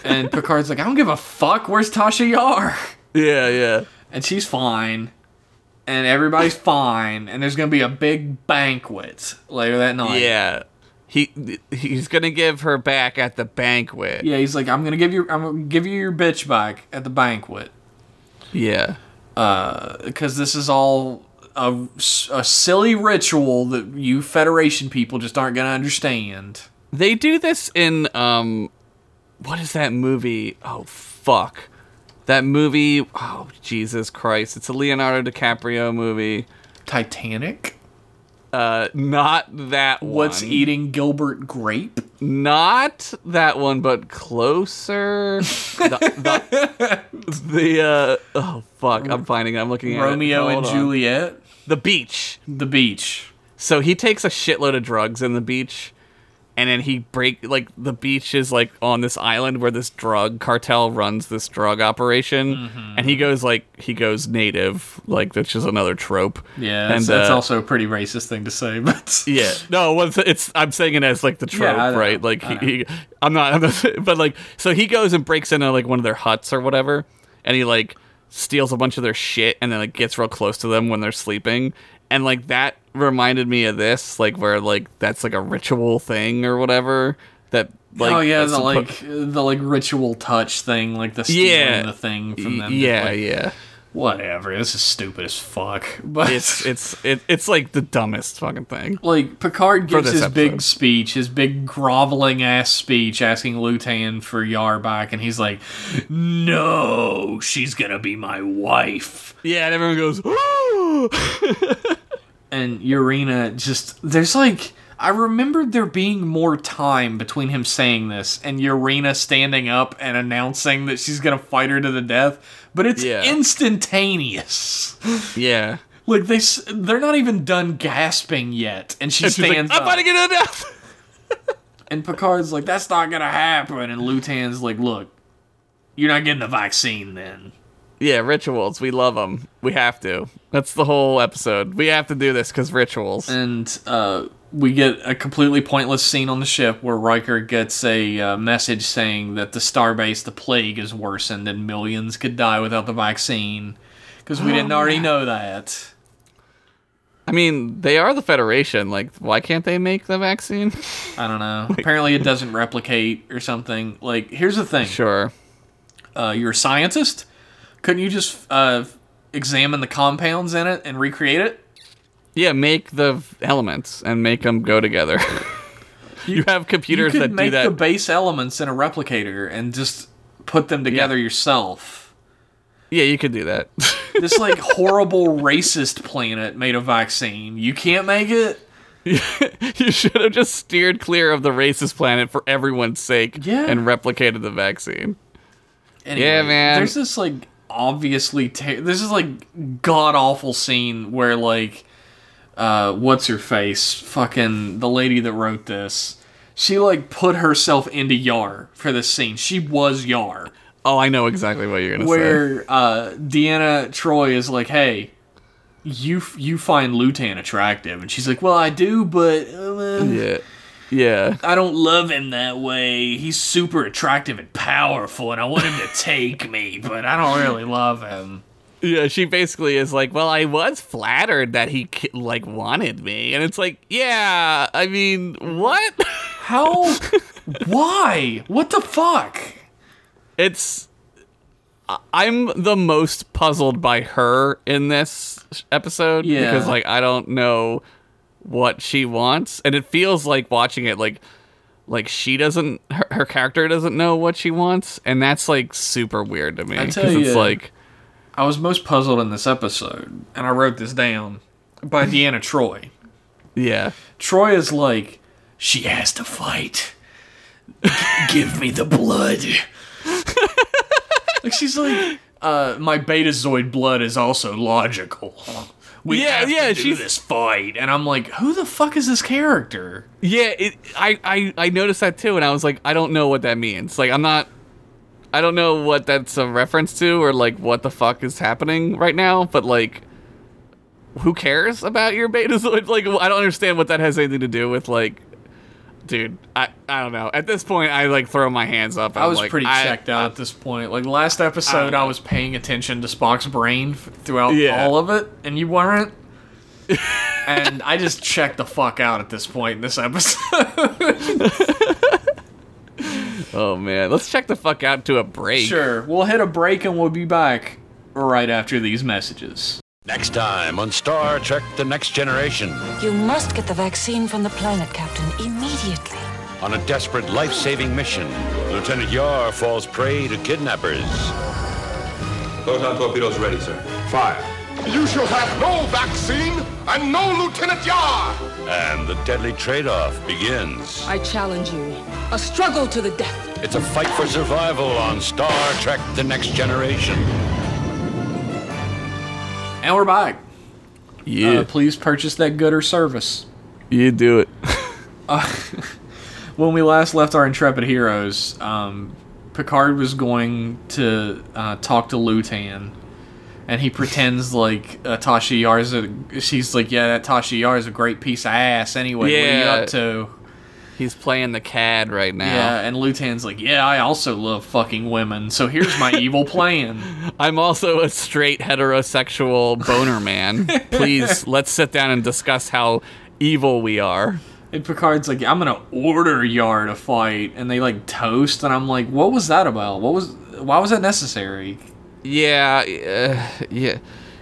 S1: and Picard's like, I don't give a fuck. Where's Tasha Yar?
S2: yeah, yeah.
S1: And she's fine. And everybody's fine. And there's gonna be a big banquet later that night.
S2: Yeah. He he's gonna give her back at the banquet.
S1: Yeah, he's like, I'm gonna give you, I'm gonna give you your bitch back at the banquet.
S2: Yeah.
S1: because this is all a, a silly ritual that you Federation people just aren't going to understand.
S2: They do this in um what is that movie? Oh fuck. That movie oh Jesus Christ. It's a Leonardo DiCaprio movie.
S1: Titanic?
S2: Uh not that one.
S1: What's eating Gilbert Grape?
S2: Not that one, but closer. the, the, the, uh oh fuck, I'm finding it. I'm looking at it.
S1: Romeo and
S2: Hold on.
S1: Juliet?
S2: The beach.
S1: The beach.
S2: So he takes a shitload of drugs in the beach, and then he break like the beach is like on this island where this drug cartel runs this drug operation,
S1: Mm-hmm.
S2: and he goes like he goes native, like that's just another trope.
S1: Yeah,
S2: and
S1: that's, that's
S2: uh,
S1: also a pretty racist thing to say, but
S2: yeah. No, well, it's- it's I'm saying it as like the trope,
S1: I know,
S2: right? Like
S1: I
S2: he, he, I'm not, I'm not, but like so he goes and breaks into like one of their huts or whatever, and he like steals a bunch of their shit and then like gets real close to them when they're sleeping, and like that reminded me of this, like where like that's like a ritual thing or whatever that like
S1: oh yeah,
S2: that's
S1: the
S2: suppo-
S1: like the like ritual touch thing, like the stealing
S2: Yeah.
S1: the thing from
S2: Y-
S1: them.
S2: yeah
S1: Like,
S2: yeah
S1: whatever. This is stupid as fuck. But
S2: it's it's it, it's like the dumbest fucking thing
S1: like Picard gives
S2: this
S1: his big
S2: episode.
S1: speech, his big groveling ass speech, asking Lutan for Yar back, and he's like, "No, she's gonna be my wife."
S2: yeah and everyone goes
S1: And Urena just there's like I remembered there being more time between him saying this and Urena standing up and announcing that she's gonna fight her to the death, but it's
S2: Yeah.
S1: instantaneous.
S2: yeah.
S1: Like they s- they're not even done gasping yet, and she
S2: And she's like,
S1: stands
S2: I'm
S1: up.
S2: about to get a death.
S1: And Picard's like, that's not gonna happen. And Lutan's like, look, you're not getting the vaccine then.
S2: Yeah, rituals. We love them. We have to. That's the whole episode. We have to do this because rituals.
S1: And uh, we get a completely pointless scene on the ship where Riker gets a uh, message saying that the starbase, the plague, is worsened and millions could die without the vaccine. Because we didn't already know that.
S2: I mean, they are the Federation. Like, why can't they make the vaccine?
S1: I don't know. Apparently, it doesn't replicate or something. Like, here's the thing
S2: sure.
S1: uh, you're a scientist. Couldn't you just uh, examine the compounds in it and recreate it?
S2: Yeah, make the v- elements and make them go together. you, have computers
S1: you could
S2: that
S1: make
S2: do that.
S1: the base elements in a replicator and just put them together yourself.
S2: yeah, you could do that.
S1: This like horrible racist planet made a vaccine. You can't make it.
S2: you should have just steered clear of the racist planet for everyone's sake
S1: Yeah.
S2: and replicated the vaccine.
S1: Anyway,
S2: Yeah, man.
S1: There's this like obviously ter- this is like god awful scene where like uh what's her face fucking the lady that wrote this she like put herself into Yar for this scene. She was Yar.
S2: Oh, I know exactly what you're going to say.
S1: where uh, Deanna Troy is like, "Hey, you you find Lutan attractive," and she's like, "Well, I do, but uh,
S2: Yeah. Yeah.
S1: I don't love him that way. He's super attractive and powerful, and I want him to take me, but I don't really love him."
S2: Yeah, she basically is like, "Well, I was flattered that he ki- like wanted me," and it's like, "Yeah, I mean, what?"
S1: How? Why? What the fuck?
S2: it's I- I'm the most puzzled by her in this episode
S1: Yeah.
S2: because like I don't know what she wants, and it feels like watching it like like she doesn't her, her character doesn't know what she wants, and that's like super weird to me
S1: tell
S2: it's
S1: ya.
S2: like
S1: I was most puzzled in this episode, and I wrote this down by Deanna Troy.
S2: yeah
S1: Troy is like, She has to fight. G- Give me the blood. like she's like, uh, my Betazoid blood is also logical. We
S2: Yeah,
S1: have
S2: yeah,
S1: to do
S2: she's-
S1: this fight, and I'm like, who the fuck is this character?
S2: Yeah, it, I, I I noticed that too, and I was like, I don't know what that means. Like, I'm not, I don't know what that's a reference to, or like what the fuck is happening right now. But like, who cares about your Betazoid? Like, I don't understand what that has anything to do with like, dude. I I don't know. At this point, I like throw my hands up.
S1: I
S2: I'm
S1: was
S2: like,
S1: pretty
S2: I-
S1: checked out at this point. Like last episode, I, was paying attention to Spock's brain f- throughout
S2: Yeah.
S1: all of it, and you weren't. and I just checked the fuck out at this point in this episode.
S2: Oh man, let's check the fuck out to a break.
S1: sure, we'll hit a break and we'll be back right after these messages.
S3: Next time on Star Trek The Next Generation,
S4: You must get the vaccine from the planet, Captain, immediately.
S3: on a desperate life saving mission, Lieutenant Yar falls prey to kidnappers.
S5: Proton torpedoes ready, sir.
S3: Fire.
S6: You shall have no vaccine and no Lieutenant Yar!
S3: And the deadly trade off begins.
S7: I challenge you. A struggle to the death.
S3: It's a fight for survival on Star Trek The Next Generation.
S1: And we're back.
S2: Yeah,
S1: Uh, please purchase that good or service.
S2: you do it.
S1: When we last left our intrepid heroes, um, Picard was going to uh, talk to Lutan, and he pretends like uh, Tasha Yar's a. She's like, yeah, that Tasha Yar is a great piece of ass. Anyway,
S2: Yeah.
S1: what are you up to?
S2: He's playing the cad right now.
S1: Yeah, and Lutan's like, yeah, I also love fucking women. So here's my evil plan.
S2: I'm also a straight heterosexual boner man. Please, let's sit down and discuss how evil we are.
S1: And Picard's like, I'm gonna order Yar to fight, and they like toast, and I'm like, what was that about? What was? Why was that necessary?
S2: Yeah, uh, yeah.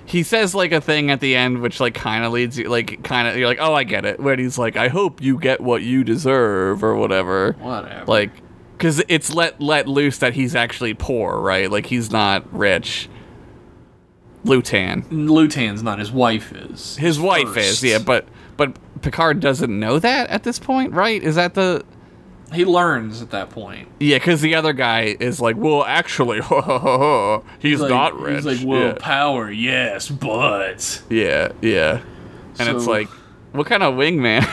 S2: He says like a thing at the end, which like kind of leads you, like kind of you're like, oh, I get it. When he's like, I hope you get what you deserve or whatever.
S1: Whatever.
S2: Like, because it's let let loose that he's actually poor, right? Like he's not rich. Lutan.
S1: Lutan's not his wife is.
S2: His wife
S1: First.
S2: is, yeah, but but Picard doesn't know that at this point, right? Is that the
S1: He learns at that point.
S2: Yeah, because the other guy is like, well, actually, he's,
S1: like-
S2: not rich.
S1: He's like, well,
S2: yeah,
S1: power, yes, but
S2: yeah, yeah. and it's
S1: So-
S2: like, what kind of wingman?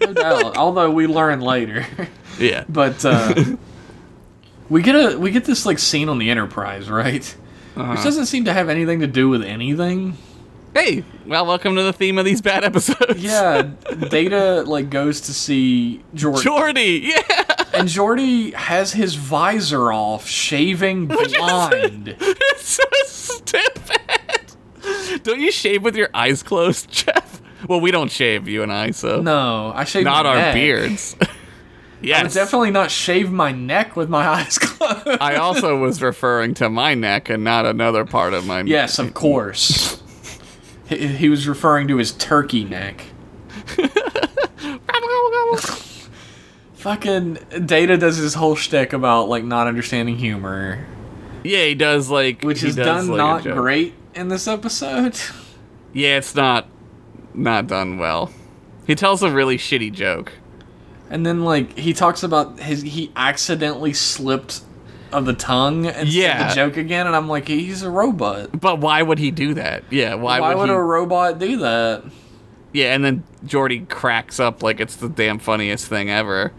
S1: no doubt. Although we learn later,
S2: yeah,
S1: but uh, we get a we get this like scene on the Enterprise, right?
S2: Uh-huh.
S1: Which doesn't seem to have anything to do with anything.
S2: hey, well, welcome to the theme of these bad episodes.
S1: Yeah, Data like goes to see Jordy,
S2: Jordy, yeah,
S1: and Jordy has his visor off, shaving blind.
S2: it's so stupid. Don't you shave with your eyes closed, Jeff? Well, we don't shave, you and I, so
S1: No, I shaved
S2: not
S1: my
S2: our
S1: neck.
S2: beards.
S1: I
S2: yes,
S1: would definitely not shave my neck with my eyes closed.
S2: I also was referring to my neck and not another part of my
S1: Yes, of course. he, he was referring to his turkey neck. Fucking Data does his whole shtick about like not understanding humor,
S2: Yeah, he does like
S1: which
S2: he
S1: is
S2: does,
S1: done
S2: like, a
S1: not
S2: joke.
S1: great in this episode.
S2: Yeah, it's not not done well. He tells a really shitty joke.
S1: And then like he talks about his he accidentally slipped of the tongue and said
S2: Yeah.
S1: the joke again, and I'm like he's a robot.
S2: But why would he do that? Yeah, why,
S1: Why would
S2: he?
S1: a robot do that?
S2: Yeah, and then Jordy cracks up like it's the damn funniest thing ever.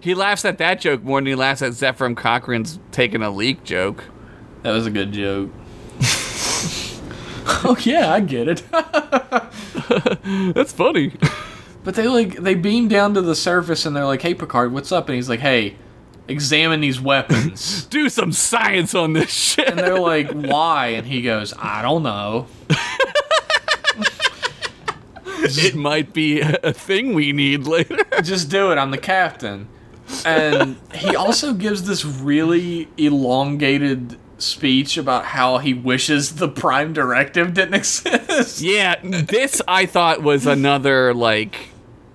S2: He laughs at that joke more than he laughs at Zephyr Cochrane's taking a leak joke.
S1: That was a good joke. oh yeah, I get it.
S2: That's funny.
S1: But they like they beam down to the surface and they're like, "Hey Picard, what's up?" And he's like, "Hey, examine these weapons."
S2: do some science on this shit.
S1: and they're like, "Why?" And he goes, "I don't know."
S2: it might be a a thing we need later.
S1: Just do it. I'm the captain. And he also gives this really elongated speech about how he wishes the prime directive didn't exist.
S2: Yeah, this I thought was another like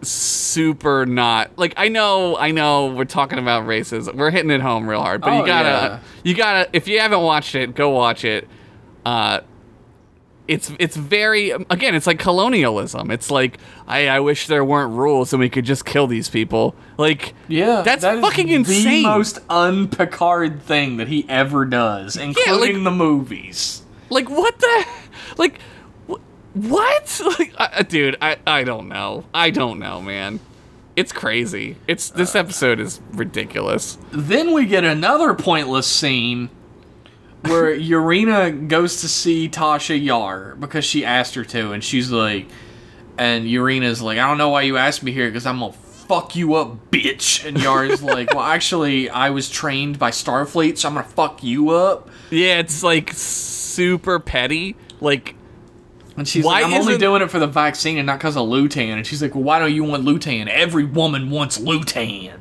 S2: super not like I know I know we're talking about races. We're hitting it home real hard, but
S1: Oh,
S2: you gotta
S1: yeah.
S2: you gotta if you haven't watched it, go watch it. Uh it's it's very again it's like colonialism it's like i i wish there weren't rules and we could just kill these people like
S1: Yeah,
S2: that's
S1: that is
S2: fucking insane
S1: The most un-Picard thing that he ever does, including the movies.
S2: like what the like wh- what like I, I- dude i i don't know i don't know man it's crazy it's this episode is ridiculous
S1: Then we get another pointless scene where Urena goes to see Tasha Yar because she asked her to, and she's like, and Urena's like, I don't know why you asked me here because I'm gonna fuck you up, bitch. And Yar's like, Well, actually, I was trained by Starfleet, so I'm gonna fuck you up.
S2: yeah it's like super petty like
S1: And she's
S2: Why
S1: like, I'm only
S2: isn't-
S1: doing it for the vaccine and not because of Lutan. And she's like, Well, why don't you want Lutan? Every woman wants Lutan.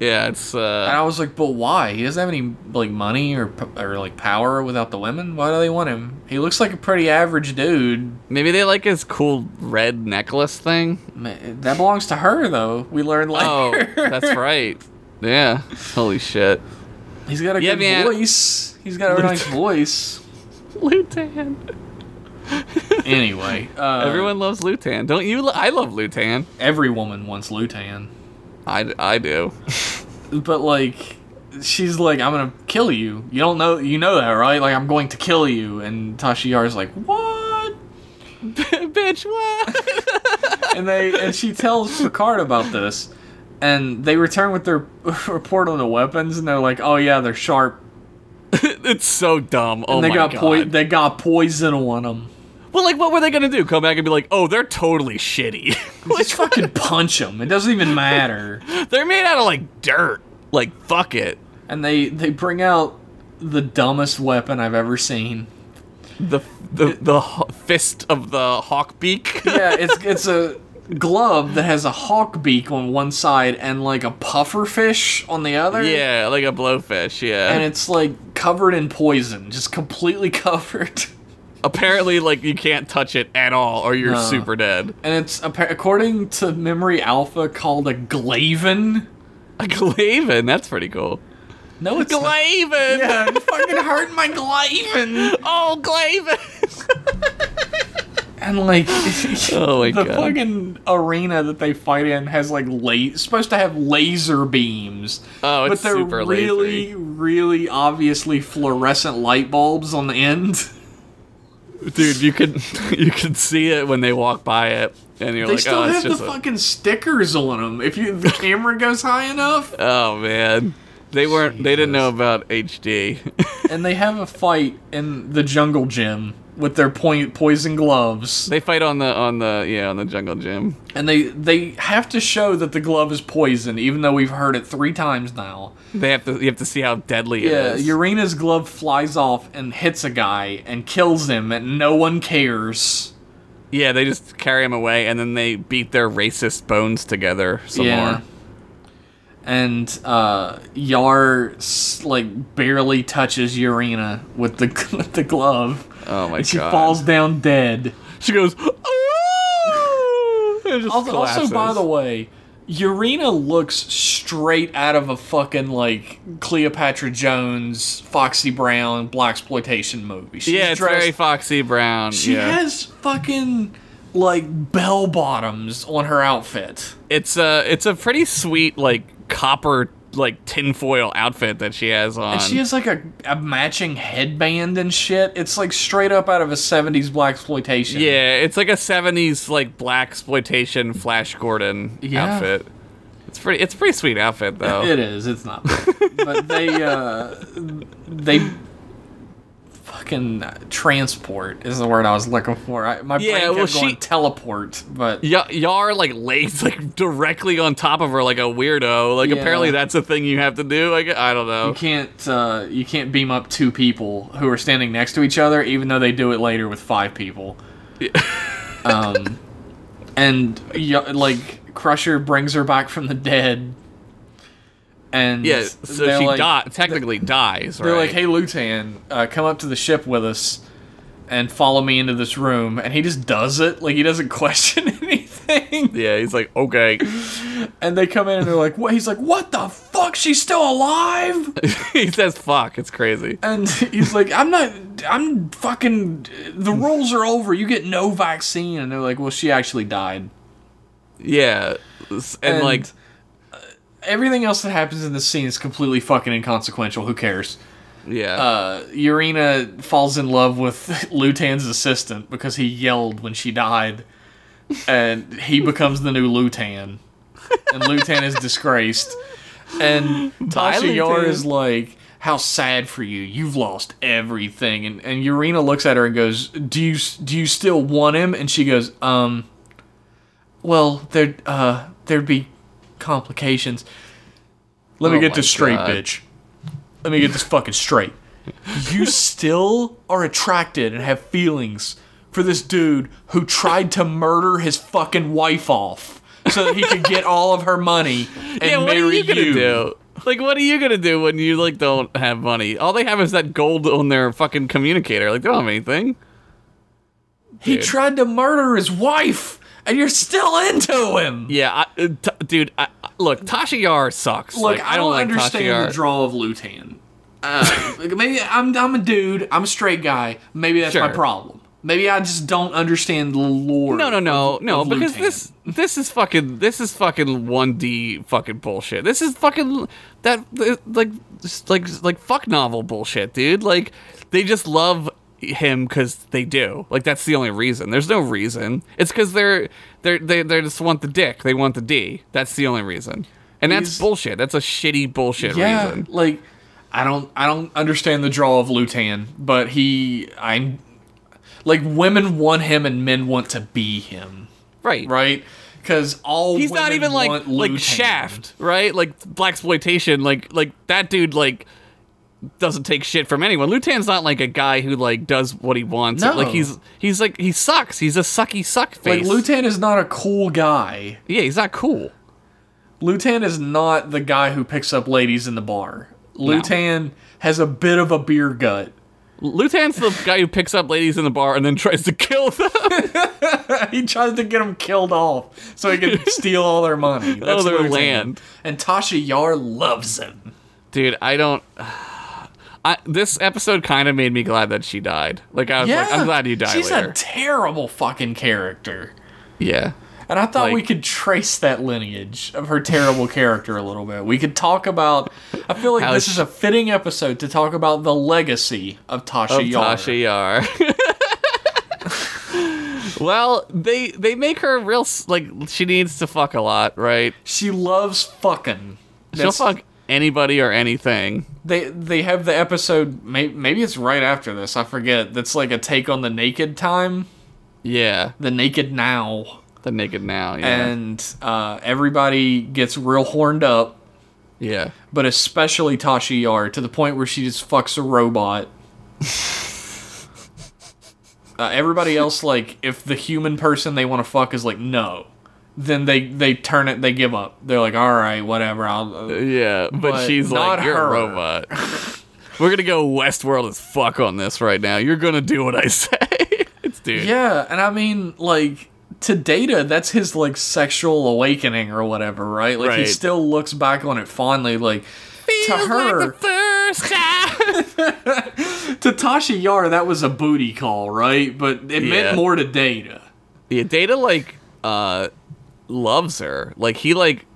S2: yeah it's uh
S1: And I was like, but why? He doesn't have any like money or p- or like power without the women. Why do they want him? He looks like a pretty average dude.
S2: maybe they like his cool red necklace thing
S1: Ma- That belongs to her though. We learned later.
S2: oh that's right yeah holy shit
S1: He's got a
S2: Yeah,
S1: good
S2: man.
S1: voice. He's got a nice voice.
S2: lutan
S1: Anyway, uh,
S2: everyone loves lutan don't you lo- i love lutan
S1: every woman wants Lutan,
S2: i i do
S1: but like. She's like, I'm gonna kill you. You don't know, you know that, right? Like, I'm going to kill you. And Tashiyar's like, what?
S2: bitch what
S1: and they and she tells Picard about this, and they return with their report on the weapons, and they're like, "Oh yeah, they're sharp."
S2: it's so dumb oh
S1: And they
S2: my
S1: got
S2: god
S1: poi- they got poison on them.
S2: Well, like, what were they gonna do? Come back and be like, "Oh, they're totally shitty.
S1: Just fucking punch them. It doesn't even matter.
S2: they're made out of like dirt. Like, fuck it."
S1: And they they bring out the dumbest weapon I've ever seen.
S2: The the the ho- fist of the hawk beak.
S1: Yeah, it's it's a glove that has a hawk beak on one side and like a puffer fish on the other.
S2: yeah, like a blowfish. Yeah.
S1: And it's like covered in poison, just completely covered.
S2: Apparently, like you can't touch it at all, or you're
S1: No.
S2: super dead.
S1: and it's appa- according to memory alpha called a glaven
S2: A glaven. That's pretty cool.
S1: no it's not.
S2: Glaven.
S1: yeah, it fucking hurt my glaven
S2: Oh, glaven.
S1: and like
S2: Oh my
S1: the
S2: god.
S1: fucking arena that they fight in has like la- it's supposed to have laser beams
S2: Oh,
S1: but
S2: it's
S1: they're
S2: super
S1: really
S2: lasery.
S1: really obviously fluorescent light bulbs on the end
S2: Dude, you can you can see it when they walk by it, and you're
S1: they
S2: like,
S1: still
S2: "Oh, it's
S1: have the
S2: just a-
S1: fucking stickers on them if you the camera goes high enough
S2: oh man." They weren't. They didn't know about HD.
S1: and they have a fight in the jungle gym with their point poison gloves
S2: They fight on the on the yeah on the jungle gym.
S1: and they they have to show that the glove is poison, even though we've heard it three times now.
S2: They have to you have to see how deadly
S1: Yeah,
S2: it is.
S1: Urena's glove flies off and hits a guy and kills him, and no one cares.
S2: yeah, they just carry him away and then they beat their racist bones together some more.
S1: And uh, Yar s- like barely touches Urena with the with the glove.
S2: Oh my
S1: and she
S2: God.
S1: falls down dead.
S2: She goes. "Oh!" and just
S1: Also, also,
S2: collapses.
S1: by the way, Urena looks straight out of a fucking like Cleopatra Jones, Foxy Brown, black exploitation movie. She's
S2: yeah, it's
S1: dressed-
S2: very Foxy Brown.
S1: She
S2: yeah,
S1: has fucking like bell bottoms on her outfit.
S2: it's a it's a pretty sweet like copper like tinfoil outfit that she has on.
S1: And she has like a, a matching headband and shit. It's like straight up out of a 70s black exploitation.
S2: yeah, it's like a '70s like black exploitation Flash Gordon
S1: Yeah.
S2: outfit. It's pretty. It's a pretty sweet outfit though.
S1: It is. It's not. bad. but they uh they fucking transport is the word I was looking for. I, my
S2: Yeah,
S1: brain kept
S2: well,
S1: going
S2: she-
S1: teleport, but
S2: Y- Yar like lays like directly on top of her like a weirdo. Like
S1: Yeah.
S2: apparently that's a thing you have to do. Like I don't know.
S1: you can't uh you can't beam up two people who are standing next to each other even though they do it later with five people. um and y- like Crusher brings her back from the dead. And
S2: Yeah, so
S1: they're
S2: she
S1: like-
S2: di- technically dies. Right?
S1: They're like, "Hey, Lutan, uh, come up to the ship with us, and follow me into this room." And he just does it, like he doesn't question anything.
S2: yeah. He's like, okay.
S1: and they come in and they're like, "What?" He's like, "What the fuck? She's still alive?"
S2: he says fuck. It's crazy.
S1: And he's like, "I'm not. I'm fucking. The rules are over. You get no vaccine." And they're like, "Well, she actually died."
S2: Yeah. And,
S1: And- uh,
S2: like
S1: Everything else that happens in this scene is completely fucking inconsequential. Who cares?
S2: yeah.
S1: Uh, Urina falls in love with Lutan's assistant because he yelled when she died, and he becomes the new Lutan, and Lutan is disgraced. And Tasha Yar
S2: Lutan.
S1: is like, "How sad for you. You've lost everything." And and Urina looks at her and goes, "Do you do you still want him?" And she goes, "Um, well, there uh there'd be complications. Let me
S2: Oh
S1: get
S2: my
S1: this straight,
S2: God.
S1: bitch. Let me get this fucking straight. You still are attracted and have feelings for this dude who tried to murder his fucking wife off so that he could get all of her money and
S2: yeah, what
S1: marry
S2: are you gonna
S1: you.
S2: do? Like, what are you gonna do when you like don't have money? All they have is that gold on their fucking communicator. Like, they don't have anything.
S1: He
S2: Dude.
S1: tried to murder his wife, and you're still into him.
S2: Yeah, I, uh, t- dude. I, I- look, Tasha Yar sucks.
S1: Look,
S2: Like,
S1: I don't
S2: like Tasha
S1: understand
S2: Yar.
S1: the draw of Lutan. Uh, like, maybe I'm I'm a dude. I'm a straight guy. Maybe that's my
S2: Sure.
S1: problem. Maybe I just don't understand the lore.
S2: No, no, no,
S1: of-
S2: no.
S1: of
S2: Because
S1: Lutan.
S2: this this is fucking this is fucking one D fucking bullshit. This is fucking that like just like like fuck novel bullshit, dude. Like they just love him because they do. Like that's the only reason. There's no reason. It's because they're they're they they just want the dick. They want the D. That's the only reason. And that's
S1: He's-
S2: bullshit. That's a shitty bullshit
S1: yeah,
S2: reason.
S1: like I don't I don't understand the draw of Lutan, but he I'm like women want him and men want to be him,
S2: Right.
S1: right? Because all
S2: he's not
S1: women
S2: even like
S1: want
S2: like
S1: Lutan.
S2: Shaft, right? Like black exploitation, like like that dude like doesn't take shit from anyone. Lutan's not like a guy who like does what he wants.
S1: No.
S2: Like he's he's like he sucks. He's a sucky suck
S1: Like
S2: face.
S1: Lutan is not a cool guy.
S2: yeah, he's not cool.
S1: Lutan is not the guy who picks up ladies in the bar. Lutan has a bit of a beer gut.
S2: Lutan's the guy who picks up ladies in the bar and then tries to kill them.
S1: He tries to get them killed off so he can steal all their money. That's
S2: their
S1: Lutan.
S2: land.
S1: And Tasha Yar loves him.
S2: Dude, I don't. I, this episode kind of made me glad that she died. Like I was like, I'm glad you died.
S1: She's
S2: later.
S1: a terrible fucking character.
S2: yeah.
S1: And I thought we
S2: Like-
S1: could trace that lineage of her terrible character a little bit. We could talk about. I feel like
S2: How
S1: this
S2: she-
S1: is a fitting episode to talk about the legacy of Tasha
S2: of
S1: Yar.
S2: Tasha Yar. well, they they make her real s- like she needs to fuck a lot, right?
S1: She loves fucking.
S2: She'll
S1: That's-
S2: fuck anybody or anything.
S1: they they have the episode may, maybe it's right after this i forget that's like a take on the naked time
S2: Yeah,
S1: the naked now
S2: the naked now. Yeah,
S1: and uh, everybody gets real horned up
S2: yeah.
S1: but especially tashi yar to the point where she just fucks a robot uh, everybody else like if the human person they want to fuck is like no then they they turn it they give up they're like all right whatever i'll uh,
S2: Yeah, but,
S1: But
S2: she's
S1: not
S2: like, you're
S1: her."
S2: a robot. We're gonna go Westworld as fuck on this right now. You're gonna do what I say. it's dude.
S1: Yeah, and I mean, like to Data, that's his like sexual awakening or whatever, right? Like he
S2: Right.
S1: still looks back on it fondly. Like to
S2: Feels
S1: her,
S2: like the first time.
S1: to Tasha Yar, that was a booty call, right? But it
S2: Yeah.
S1: meant more to Data.
S2: yeah, Data like uh loves her. Like he like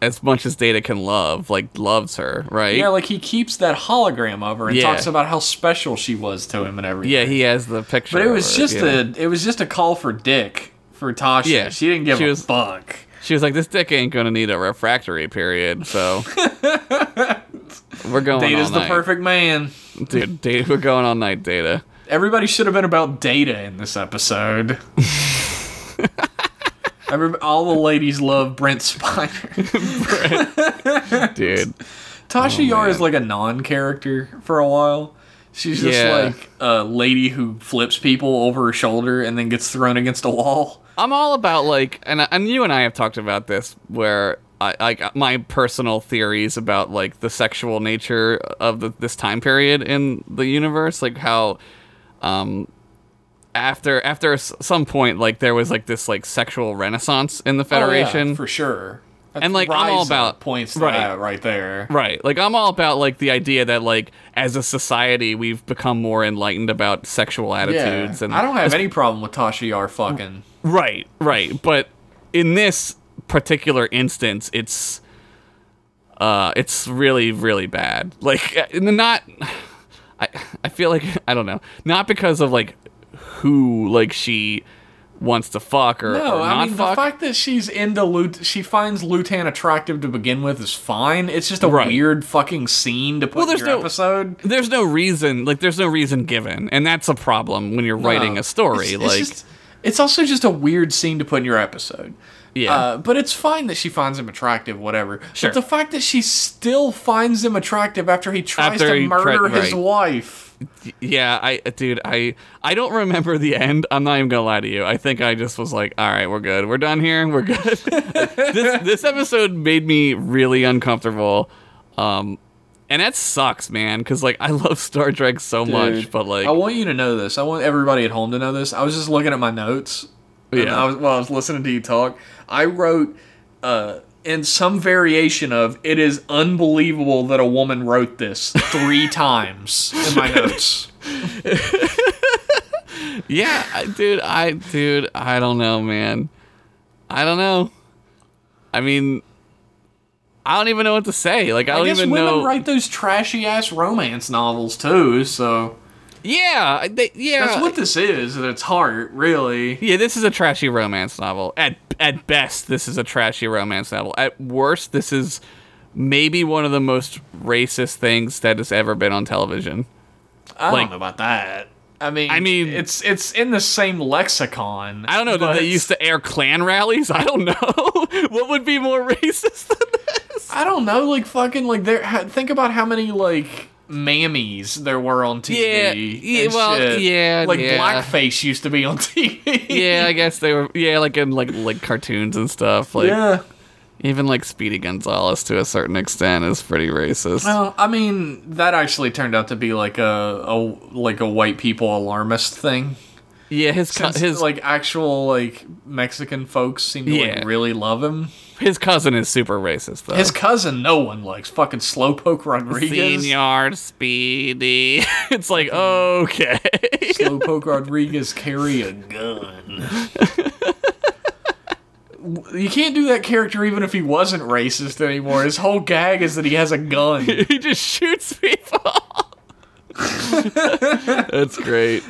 S2: as much as Data can love, like loves her, right?
S1: Yeah, like he keeps that hologram of her and
S2: Yeah.
S1: talks about how special she was to him and everything.
S2: Yeah, he has the picture.
S1: but it
S2: of
S1: was
S2: her,
S1: just
S2: yeah.
S1: a it was just a call for dick for Tasha.
S2: Yeah,
S1: she didn't give
S2: she
S1: a
S2: was-
S1: fuck.
S2: She was like, "This dick ain't gonna need a refractory period." So we're going.
S1: Data's
S2: all
S1: the
S2: night.
S1: perfect man.
S2: dude. Data, we're going all night, Data.
S1: Everybody should have been about data in this episode. Every, all the ladies love Brent Spiner.
S2: Dude,
S1: Tasha
S2: Oh,
S1: Yar is like a non-character for a while. She's just
S2: Yeah.
S1: like a lady who flips people over her shoulder and then gets thrown against a wall.
S2: I'm all about like, and and you and I have talked about this where. I, I my personal theories about like the sexual nature of the, this time period in the universe, like how um, after after s- some point, like there was like this like sexual renaissance in the
S1: Oh, yeah,
S2: Federation,
S1: for sure.
S2: and like I'm all
S1: Ryza
S2: about
S1: points to
S2: right.
S1: that right there.
S2: Right. Like I'm all about like the idea that like as a society we've become more enlightened about sexual
S1: Yeah.
S2: attitudes and
S1: I don't have any problem with Tasha Yar fucking.
S2: Right, right. But in this particular instance, it's uh it's really really bad. Like uh, not I I feel like I don't know. Not because of like who like she wants to fuck or,
S1: No,
S2: or
S1: I
S2: not
S1: mean the
S2: fuck.
S1: fact that she's into Lut, she finds Lutan attractive to begin with is fine. It's just a
S2: Right.
S1: weird fucking scene to put
S2: Well,
S1: in
S2: there's
S1: your
S2: no-
S1: episode.
S2: there's no reason like there's no reason given and that's a problem when you're writing
S1: No.
S2: a story
S1: Uh, It's- it's
S2: like
S1: just- it's also just a weird scene to put in your episode.
S2: Yeah.
S1: uh, but it's fine that she finds him attractive, whatever.
S2: Sure.
S1: But the fact that she still finds him attractive after he tries
S2: After
S1: to
S2: he
S1: murder
S2: tried-
S1: his
S2: right.
S1: wife.
S2: Yeah, I uh, dude, I I don't remember the end. I'm not even gonna lie to you. I think I just was like, all right, we're good. We're done here. We're good. this this episode made me really uncomfortable. Um and that sucks, man, cuz like I love Star Trek so much,
S1: Dude,
S2: but like
S1: I want you to know this. I want everybody at home to know this. I was just looking at my notes. and
S2: Yeah.
S1: I was, while I was listening to you talk, I wrote uh, in some variation of "It is unbelievable that a woman wrote this" three times in my notes.
S2: yeah, I- dude, I dude, I don't know, man. I don't know. I mean I don't even know what to say. Like I
S1: I
S2: don't
S1: guess
S2: even
S1: women
S2: know.
S1: write those trashy ass romance novels too. So
S2: yeah, I- they, yeah.
S1: that's what this is at its heart, really.
S2: Yeah, this is a trashy romance novel. At at best, this is a trashy romance novel. At worst, this is maybe one of the most racist things that has ever been on television.
S1: I
S2: Like-
S1: don't know about that. I mean,
S2: I mean-
S1: it's it's in the same lexicon.
S2: I don't know. Did
S1: but-
S2: they used to air Klan rallies? I don't know. what would be more racist than this?
S1: I don't know, like fucking, like there. ha- Think about how many like mammies there were on TV.
S2: Yeah, yeah,
S1: and
S2: well,
S1: shit.
S2: yeah,
S1: like
S2: yeah.
S1: blackface used to be on TV.
S2: Yeah, I guess they were. Yeah, like in like like cartoons and stuff. Like
S1: yeah.
S2: even like Speedy Gonzalez to a certain extent is pretty racist.
S1: Well, I mean, that actually turned out to be like a, a like a white people alarmist thing.
S2: yeah, his co-
S1: Since,
S2: his
S1: like actual like Mexican folks seem to
S2: Yeah.
S1: like really love him.
S2: his cousin is super racist though.
S1: His cousin, no one likes. Fucking slowpoke Rodriguez.
S2: Senior Speedy. It's like, okay.
S1: Slowpoke Rodriguez carry a gun. You can't do that character even if he wasn't racist anymore. His whole gag is that he has a gun.
S2: he just shoots people. That's great.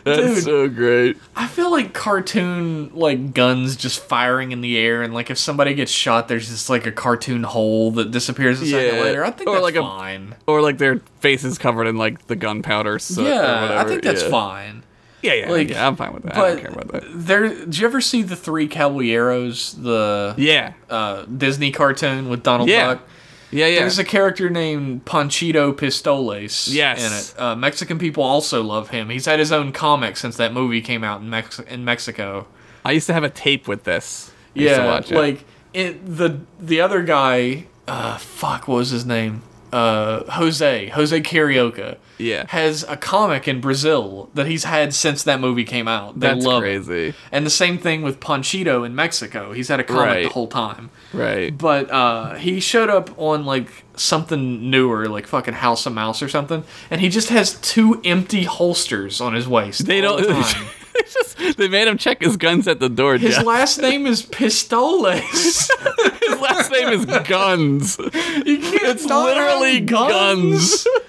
S1: Dude.
S2: That's so great.
S1: I feel like cartoon like guns just firing in the air, and like if somebody gets shot, there's just like a cartoon hole that disappears a second
S2: Yeah.
S1: later. I think
S2: Or
S1: that's
S2: like a-
S1: fine.
S2: Or like their faces covered in like the gunpowder. So, or
S1: yeah, I
S2: whatever.
S1: think that's
S2: yeah.
S1: fine.
S2: Yeah, yeah,
S1: Like,
S2: yeah. I'm fine with that. I don't
S1: But
S2: care about that.
S1: there, did you ever see the Three Caballeros, the
S2: Yeah,
S1: uh, Disney cartoon with Donald
S2: Yeah.
S1: Duck?
S2: yeah, yeah.
S1: There's a character named Panchito Pistoles
S2: Yes.
S1: in it. Uh, Mexican people also love him. He's had his own comic since that movie came out in, Mex- in Mexico.
S2: I used to have a tape with this. I used to
S1: Yeah,
S2: watch it.
S1: like it, the the other guy, uh, fuck, what was his name? Uh, Jose Jose Carioca.
S2: Yeah.
S1: has a comic in Brazil that he's had since that movie came out. They
S2: that's
S1: love it.
S2: crazy.
S1: And the same thing with Panchito in Mexico. He's had a comic
S2: Right.
S1: the whole time.
S2: Right.
S1: But uh, he showed up on like something newer, like fucking House of Mouse or something, and he just has two empty holsters on his waist.
S2: They
S1: all
S2: don't.
S1: the time.
S2: It's just, they made him check his guns at the door.
S1: His
S2: Jeff.
S1: last name is Pistoles.
S2: His last name is Guns.
S1: You can't
S2: It's
S1: not
S2: literally
S1: have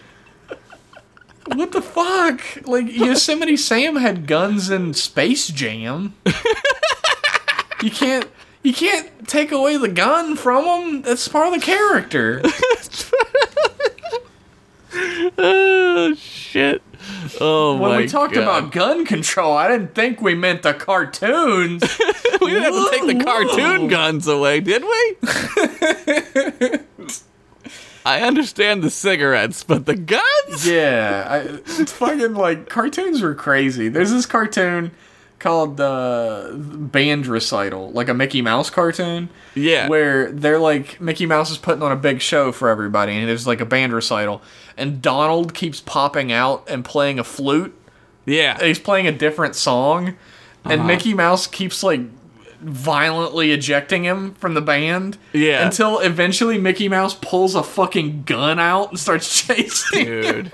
S1: what the fuck? Like Yosemite Sam had guns in Space Jam. you can't. You can't take away the gun from him. That's part of the character.
S2: oh shit! Oh
S1: When
S2: my
S1: we talked
S2: God.
S1: about gun control, I didn't think we meant the cartoons.
S2: we didn't have to take the cartoon guns away, did we? I understand the cigarettes, but the guns?
S1: yeah, I, it's fucking like cartoons were crazy. There's this cartoon called uh, Band Recital, like a Mickey Mouse cartoon.
S2: Yeah.
S1: Where they're like Mickey Mouse is putting on a big show for everybody, and there's like a band recital, and Donald keeps popping out and playing a flute.
S2: Yeah. Uh-huh.
S1: He's playing a different song, and Mickey Mouse keeps like violently ejecting him from the band.
S2: Yeah.
S1: Until eventually Mickey Mouse pulls a fucking gun out and starts chasing.
S2: dude.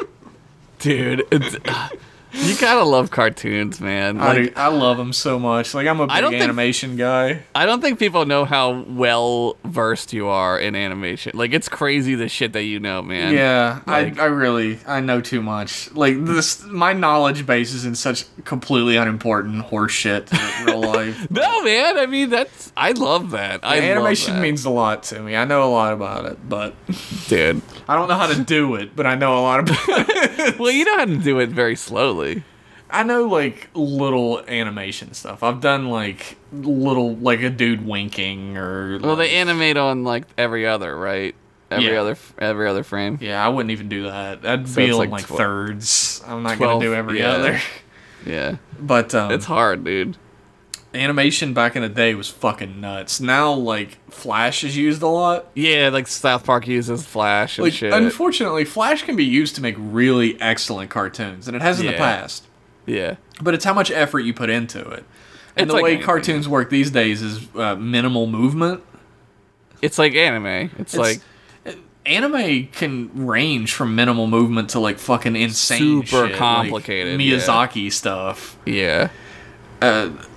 S2: dude, it's- uh, you gotta love cartoons, man.
S1: I,
S2: Like,
S1: I love him so much. Like I'm a big
S2: don't think-
S1: animation guy.
S2: I don't think people know how well versed you are in animation. Like, it's crazy the shit that you know, man.
S1: Yeah,
S2: like-
S1: I, I really I know too much. Like this, my knowledge base is in such completely unimportant horseshit in real life.
S2: No, man. I mean, that's I love that. I
S1: animation
S2: love that.
S1: means a lot to me. I know a lot about it, but
S2: dude.
S1: I don't know how to do it. But I know a lot about.
S2: Well, you know how to do it very slowly.
S1: I know like little animation stuff. I've done like little like a dude winking or
S2: Well, they
S1: like-
S2: animate on like every other, right? Every
S1: Yeah.
S2: other every other frame.
S1: yeah. I wouldn't even do that. I'd
S2: So
S1: be
S2: it's
S1: on
S2: like
S1: like,
S2: tw-
S1: thirds. I'm not
S2: 12,
S1: gonna do every
S2: yeah.
S1: other.
S2: Yeah.
S1: But um,
S2: It's hard, dude.
S1: animation back in the day was fucking nuts. Now like Flash is used a lot.
S2: Yeah, like South Park uses Flash and
S1: Like
S2: shit.
S1: unfortunately, Flash can be used to make really excellent cartoons, and it has in
S2: Yeah.
S1: the past.
S2: yeah.
S1: But it's how much effort you put into it. And
S2: It's
S1: the
S2: like
S1: way
S2: anything.
S1: cartoons work these days is uh, minimal movement.
S2: It's like anime. It's, like
S1: anime can range from minimal movement to like fucking insane
S2: Super
S1: shit, like
S2: complicated, yeah.
S1: Miyazaki stuff.
S2: yeah.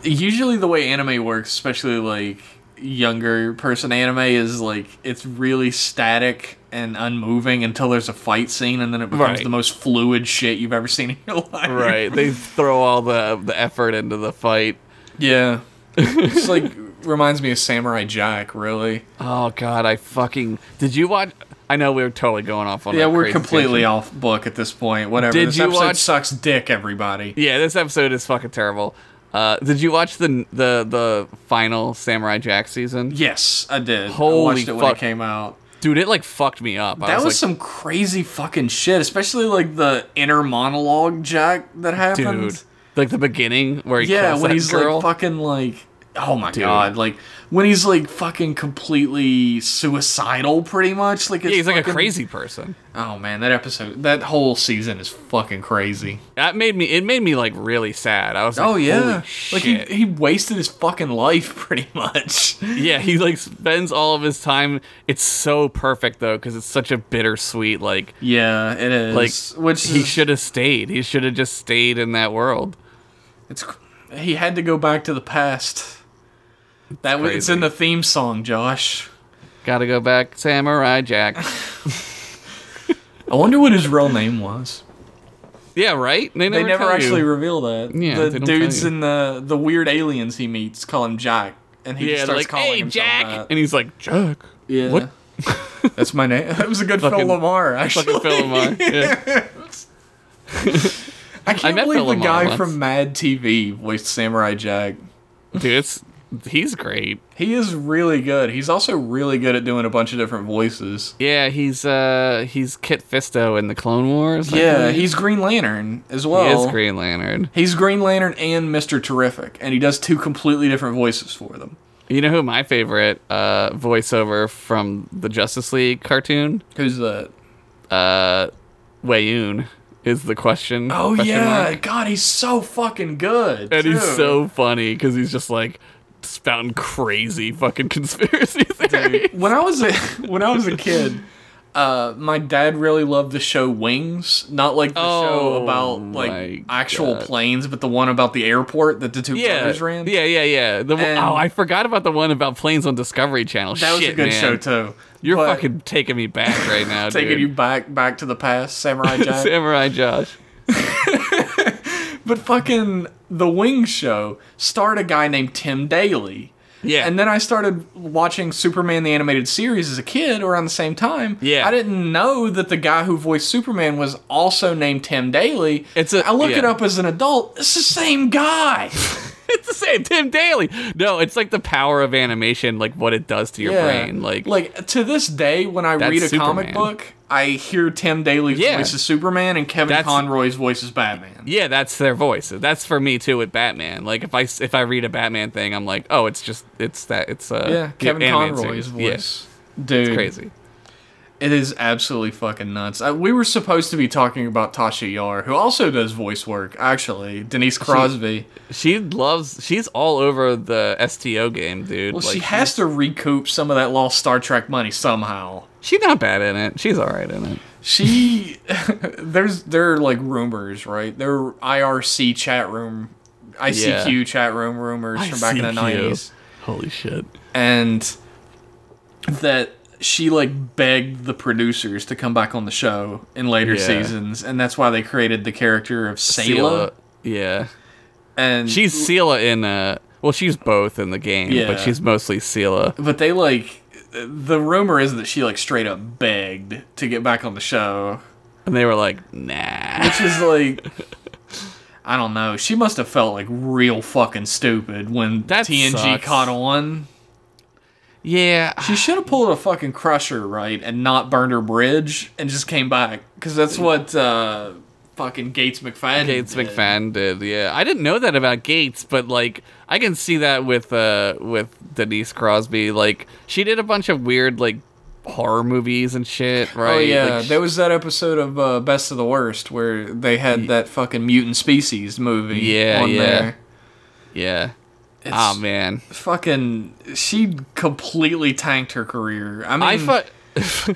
S1: Usually the way anime works, especially like younger person anime is like it's really static and unmoving until there's a fight scene and then it becomes
S2: Right.
S1: the most fluid shit you've ever seen in your life.
S2: Right. they throw all the the effort into the fight.
S1: Yeah. it's like reminds me of Samurai Jack, really.
S2: Oh god, I fucking Did you watch I know we were totally going off on
S1: Yeah,
S2: a
S1: we're
S2: crazy
S1: completely
S2: tangent.
S1: off book at this point. Whatever.
S2: Did
S1: this
S2: you
S1: episode
S2: watch-
S1: sucks dick, everybody.
S2: Yeah, this episode is fucking terrible. Uh, did you watch the the the final Samurai Jack season?
S1: Yes, I did.
S2: Holy
S1: I watched it when
S2: fuck.
S1: it came out.
S2: Dude, it like fucked me up. I
S1: That was,
S2: like,
S1: some crazy fucking shit, especially like the inner monologue jack that happened.
S2: dude. Like the beginning where he
S1: yeah,
S2: kills
S1: when
S2: that
S1: he's
S2: girl.
S1: like fucking like oh my god, like when he's like fucking completely suicidal pretty much. Like it's
S2: yeah, he's like a
S1: fucking-
S2: crazy person.
S1: Oh man, that episode that whole season is fucking crazy.
S2: That made me. It made me like really sad. I was like,
S1: Oh yeah.
S2: Holy
S1: Like
S2: shit.
S1: he, he wasted his fucking life pretty much.
S2: yeah, he like spends all of his time. It's so perfect though, because it's such a bittersweet. Like,
S1: Yeah, it is.
S2: like
S1: which
S2: he
S1: is-
S2: should have stayed. He should have just stayed in that world.
S1: It's cr- he had to go back to the past. That was it's
S2: crazy.
S1: in the theme song, Josh.
S2: Got to go back, Samurai Jack.
S1: I wonder what his real name was.
S2: yeah, right. They never,
S1: They never
S2: tell
S1: actually
S2: You.
S1: reveal that.
S2: Yeah, they
S1: the
S2: don't tell
S1: dudes
S2: you.
S1: and the the weird aliens he meets call him Jack, and he
S2: yeah,
S1: just
S2: they're
S1: starts
S2: like,
S1: calling
S2: hey,
S1: himself
S2: Jack,
S1: that.
S2: and he's like, Jack.
S1: Yeah.
S2: what?
S1: That's my name. That was a good
S2: Fucking-
S1: Phil Lamar, actually.
S2: Fucking Phil Lamar. Yeah.
S1: I can't
S2: met
S1: believe
S2: Phil
S1: the
S2: Lamar
S1: guy
S2: once.
S1: from Mad TV voiced Samurai Jack.
S2: Dude, it's, he's great.
S1: He is really good. He's also really good at doing a bunch of different voices.
S2: Yeah, he's uh he's Kit Fisto in the Clone Wars. I
S1: Yeah,
S2: believe.
S1: he's Green Lantern as well.
S2: he is Green Lantern.
S1: He's Green Lantern and Mr. Terrific, and he does two completely different voices for them.
S2: You know who my favorite uh voiceover from the Justice League cartoon?
S1: Who's that?
S2: Wayoon is the question.
S1: Oh
S2: question
S1: yeah,
S2: mark.
S1: God, he's so fucking good.
S2: and he's
S1: too.
S2: so funny because he's just like spouting crazy fucking conspiracy theories.
S1: When I was a when I was a kid, uh, my dad really loved the show Wings, not like the
S2: Oh,
S1: show about
S2: my
S1: like actual
S2: God.
S1: planes, but the one about the airport that the two
S2: Yeah,
S1: brothers ran.
S2: yeah, yeah, yeah. The one-
S1: And-
S2: oh, I forgot about the one about planes on Discovery Channel.
S1: that was
S2: Shit,
S1: a good
S2: man.
S1: show too.
S2: You're
S1: But
S2: fucking taking me back right now,
S1: taking
S2: dude.
S1: you back back to the past, Samurai Jack.
S2: Samurai Josh.
S1: But fucking the Wings show starred a guy named Tim Daly.
S2: Yeah.
S1: And then I started watching Superman the animated series as a kid around the same time.
S2: Yeah.
S1: I didn't know that the guy who voiced Superman was also named Tim Daly.
S2: It's a-
S1: I look it
S2: yeah.
S1: up as an adult. It's the same guy.
S2: it's the same Tim Daly. No, it's like the power of animation, like what it does to your brain. Like,
S1: like to this day when I
S2: That's
S1: read a
S2: Superman.
S1: comic book, I hear Tim Daly's
S2: Yeah.
S1: voice as Superman and Kevin
S2: That's-
S1: Conroy's voice as Batman.
S2: yeah, that's their voice. That's for me too with Batman. Like if I s- if I read a Batman thing, I'm like, oh, it's just it's that it's uh
S1: Yeah, Kevin
S2: animated
S1: Conroy's
S2: series. Yeah,
S1: voice. Dude.
S2: it's crazy.
S1: It is absolutely fucking nuts. Uh, we were supposed to be talking about Tasha Yar, who also does voice work, actually. Denise Crosby.
S2: She loves. She's all over the STO game, dude.
S1: well,
S2: Like,
S1: she has to recoup some of that lost Star Trek money somehow.
S2: She's not bad in it. She's all right in it.
S1: She, there's there are like rumors, right? There are IRC chat room, ICQ chat room rumors from back in the
S2: ICQ.
S1: nineties,
S2: Holy shit.
S1: and that she like begged the producers to come back on the show in later
S2: Yeah.
S1: seasons, and that's why they created the character of Sayla.
S2: Sela. Yeah.
S1: And
S2: She's Sela in uh well she's both in the game,
S1: Yeah.
S2: but she's mostly Sela.
S1: but they like the rumor is that she like straight up begged to get back on the show,
S2: And they were like, nah.
S1: which is like I don't know. She must have felt like real fucking stupid when
S2: That
S1: TNG
S2: sucks.
S1: caught on.
S2: Yeah.
S1: She should have pulled a fucking crusher, right, and not burned her bridge and just came back because that's what uh, fucking Gates McFadden.
S2: Gates
S1: did.
S2: McFadden did, yeah. I didn't know that about Gates, but like I can see that with uh with Denise Crosby. Like she did a bunch of weird like horror movies and shit, right?
S1: Oh yeah,
S2: Like,
S1: there was that episode of uh, Best of the Worst where they had that fucking mutant species movie.
S2: Yeah,
S1: on
S2: yeah.
S1: There.
S2: yeah.
S1: It's-
S2: Oh man.
S1: fucking she completely tanked her career. I mean,
S2: I fu-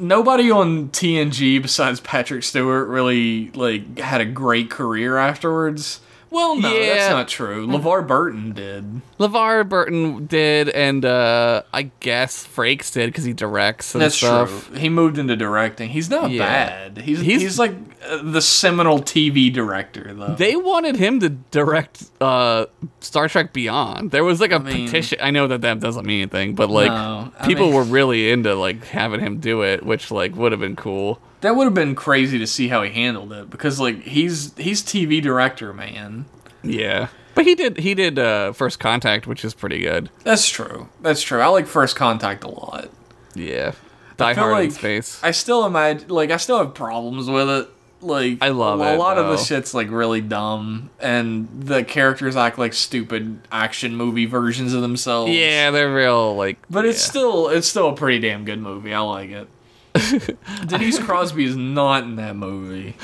S1: nobody on TNG besides Patrick Stewart really like had a great career afterwards. Well, no,
S2: Yeah.
S1: that's not true. LeVar Burton did.
S2: LeVar Burton did and uh I guess Frakes did because he directs and
S1: That's
S2: stuff.
S1: true. He moved into directing. He's not
S2: Yeah.
S1: bad. He's he's,
S2: He's-
S1: like uh, the seminal TV director though.
S2: They wanted him to direct uh, Star Trek Beyond. There was like a
S1: mean-
S2: petition. I know that that doesn't mean anything, but like
S1: No, I
S2: people
S1: mean-
S2: were really into like having him do it, which like would have been cool.
S1: that would have been crazy to see how he handled it because like he's he's TV director, man.
S2: Yeah, but he did. He did uh, First Contact, which is pretty good.
S1: That's true. That's true. I like First Contact a lot.
S2: Yeah, Die
S1: I feel
S2: Hard in
S1: like
S2: Space.
S1: I still imagine, like, I still have problems with it. Like,
S2: I love
S1: a
S2: it,
S1: lot of the
S2: though.
S1: shit's like really dumb, and the characters act like stupid action movie versions of themselves.
S2: yeah, they're real like.
S1: but it's
S2: yeah.
S1: still it's still a pretty damn good movie. I like it. Denise Crosby is not in that movie.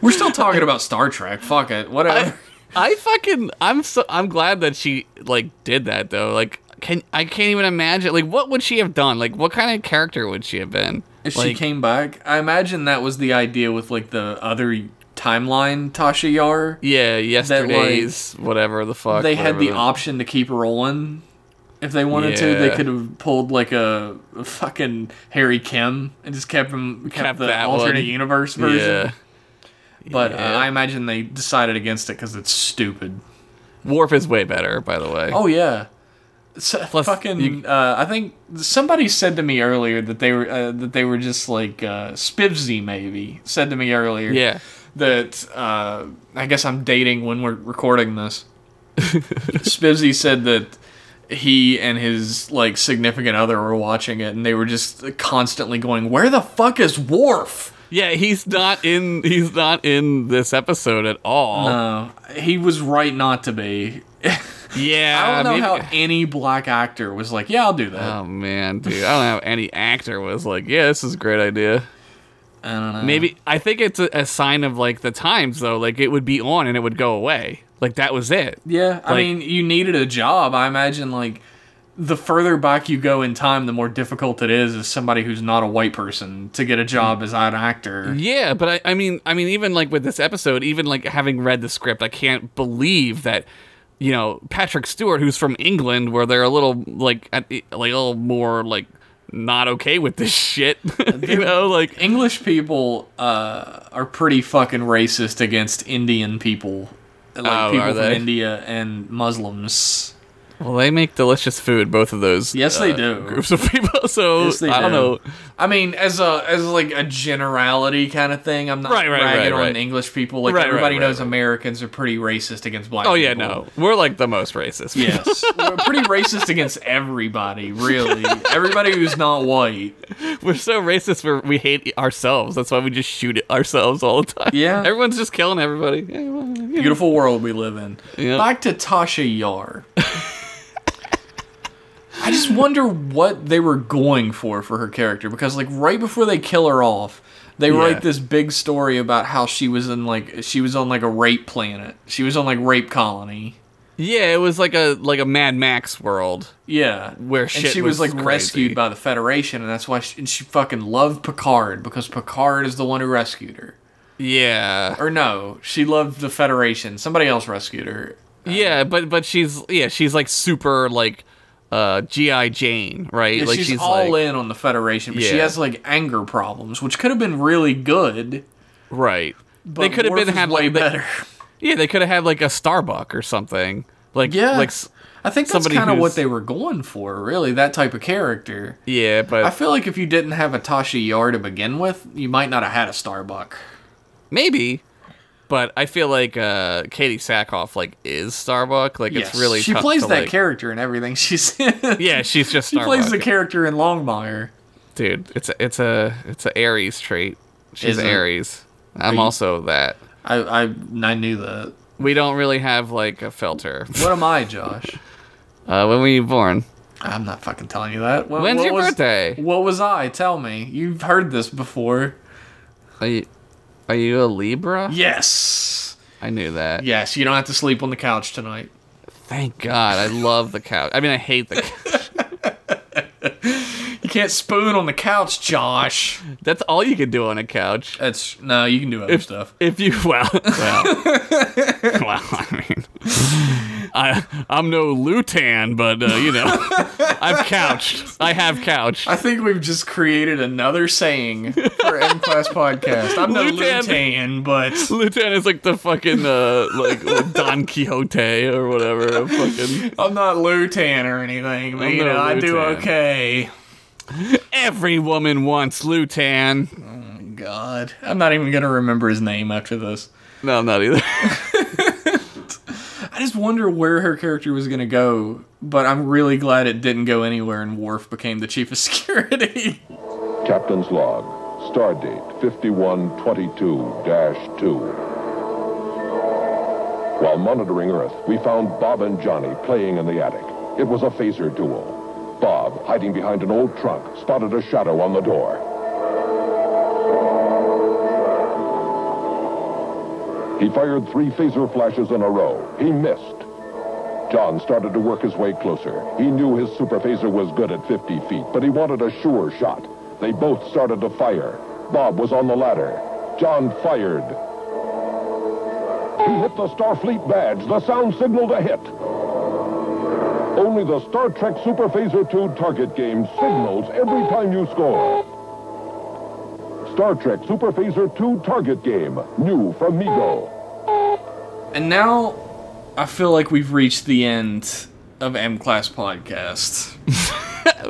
S1: We're still talking about Star Trek. Fuck it, whatever.
S2: I fucking I'm so I'm glad that she like did that though. Like can I can't even imagine like what would she have done? Like what kind of character would she have been?
S1: if she
S2: Like,
S1: came back, I imagine that was the idea with like the other timeline Tasha Yar.
S2: Yeah, yesterday's whatever the fuck.
S1: they had
S2: whatever
S1: the option to keep rolling if they wanted to. They
S2: Yeah.
S1: could have pulled like a, a fucking Harry Kim and just kept him kept,
S2: Kept
S1: the
S2: that
S1: alternate
S2: one.
S1: universe version.
S2: Yeah.
S1: But
S2: yeah.
S1: Uh, I imagine they decided against it because it's stupid.
S2: Warp is way better, by the way.
S1: Oh yeah. So,
S2: Plus,
S1: fucking,
S2: you-
S1: uh, I think somebody said to me earlier that they were uh, that they were just like uh, Spivsy maybe said to me earlier.
S2: Yeah.
S1: that uh, I guess I'm dating when we're recording this. Spivsy said that he and his like significant other were watching it, and they were just constantly going, "Where the fuck is Worf?"
S2: Yeah, he's not in he's not in this episode at all.
S1: He was right not to be.
S2: Yeah.
S1: I don't know
S2: maybe-
S1: how any black actor was like, "Yeah, I'll do that."
S2: Oh man, dude. I don't know how any actor was like, yeah, this is a great idea.
S1: I don't know.
S2: Maybe I think it's a, a sign of like the times though. Like it would be on and it would go away. Like that was it.
S1: Yeah, I
S2: Like-
S1: mean, you needed a job. I imagine like the further back you go in time, the more difficult it is as somebody who's not a white person to get a job as an actor.
S2: Yeah, but I, I mean, I mean, even like with this episode, even like having read the script, I can't believe that you know Patrick Stewart, who's from England, where they're a little like at- like a little more like not okay with this shit. you know, like
S1: English people uh, are pretty fucking racist against Indian people, like
S2: Oh,
S1: people
S2: are
S1: from
S2: they?
S1: India and Muslims.
S2: well, they make delicious food. Both of those, uh,
S1: Yes, they do.
S2: Groups of people. So
S1: Yes, they
S2: I don't
S1: do.
S2: know.
S1: I mean, as a as like a generality kind of thing. I'm not
S2: Right, right,
S1: ragging
S2: right,
S1: on
S2: right.
S1: English people. Like
S2: Right, right,
S1: everybody
S2: right,
S1: knows,
S2: right.
S1: Americans are pretty racist against black.
S2: Oh yeah,
S1: people.
S2: no, we're like the most racist.
S1: Yes, we're pretty racist against everybody. Really, everybody who's not white.
S2: We're so racist. We we hate ourselves. That's why we just shoot ourselves all the time.
S1: Yeah.
S2: everyone's just killing everybody. Yeah, well, you know.
S1: Beautiful world we live in.
S2: Yeah.
S1: Back to Tasha Yar. I just wonder what they were going for for her character because like right before they kill her off, they
S2: Yeah.
S1: write this big story about how she was in like she was on like a rape planet. She was on like rape colony.
S2: Yeah, it was like a like a Mad Max world.
S1: Yeah,
S2: Where
S1: and
S2: shit
S1: she was,
S2: was
S1: like
S2: crazy.
S1: rescued by the Federation, and that's why she, and she fucking loved Picard because Picard is the one who rescued her.
S2: Yeah.
S1: Or no, she loved the Federation. Somebody else rescued her.
S2: Yeah, but but she's yeah, she's like super like uh GI Jane, right?
S1: Yeah,
S2: like
S1: she's, all
S2: like,
S1: in on the Federation, but she
S2: Yeah.
S1: has like anger problems, which could have been really good.
S2: right.
S1: But
S2: they could have
S1: Worf
S2: been
S1: is
S2: had
S1: way
S2: like they-
S1: better.
S2: yeah, they could have had like a Starbuck or something. Like
S1: Yeah.
S2: like s-
S1: I think that's
S2: somebody
S1: kind of what
S2: who's-
S1: they were going for, really. That type of character.
S2: yeah, but
S1: I feel like if you didn't have a Tasha Yar to begin with, you might not have had a Starbuck.
S2: maybe. But I feel like uh Katie Sackhoff like is Starbuck. Like
S1: Yes,
S2: it's really
S1: she
S2: tough
S1: plays
S2: to,
S1: that
S2: like-
S1: character in everything she's in.
S2: Yeah, she's just
S1: she plays the
S2: Starbuck.
S1: character in Longmire.
S2: dude. It's a, it's a it's a Aries trait. She's
S1: Is it?
S2: Aries. I'm also that.
S1: I, I I knew that.
S2: We don't really have like a filter.
S1: What am I, Josh?
S2: Uh, when were you born?
S1: I'm not fucking telling you that. What,
S2: When's
S1: what
S2: your
S1: was-
S2: birthday?
S1: What was I? Tell me. You've heard this before.
S2: Are you, are you a Libra?
S1: Yes.
S2: I knew that.
S1: Yes. You don't have to sleep on the couch tonight.
S2: Thank God. I love the couch. I mean, I hate the couch.
S1: You can't spoon on the couch, Josh.
S2: That's all you can do on a couch.
S1: That's no. You can do other stuff.
S2: If you, well, well, well I mean, I, I'm no Lutan, but, uh, you know, I've couched. I have couched.
S1: I think we've just created another saying for M Class Podcast. I'm no
S2: Lutan.
S1: Lutan, but
S2: Lutan is like the fucking, uh, like Don Quixote or whatever. Fucking
S1: I'm not Lutan or anything. But
S2: I'm
S1: you
S2: no
S1: know, I do
S2: Lutan.
S1: okay.
S2: every woman wants Lutan.
S1: God, I'm not even gonna remember his name after this.
S2: No, I'm not either.
S1: I just wonder where her character was gonna go, but I'm really glad it didn't go anywhere and Worf became the chief of security.
S8: Captain's log, stardate 5122-2. While monitoring Earth, we found Bob and Johnny playing in the attic. It was a phaser duel. Bob, hiding behind an old trunk, spotted a shadow on the door. He fired three phaser flashes in a row. He missed. John started to work his way closer. He knew his superphaser was good at 50 feet, but he wanted a sure shot. They both started to fire. Bob was on the ladder. John fired. He hit the Starfleet badge, the sound signal to hit. Only the Star Trek Superphaser 2 target game signals every time you score. Star Trek Superphaser 2 target game, new from Mego.
S1: And now I feel like we've reached the end of M Class Podcast.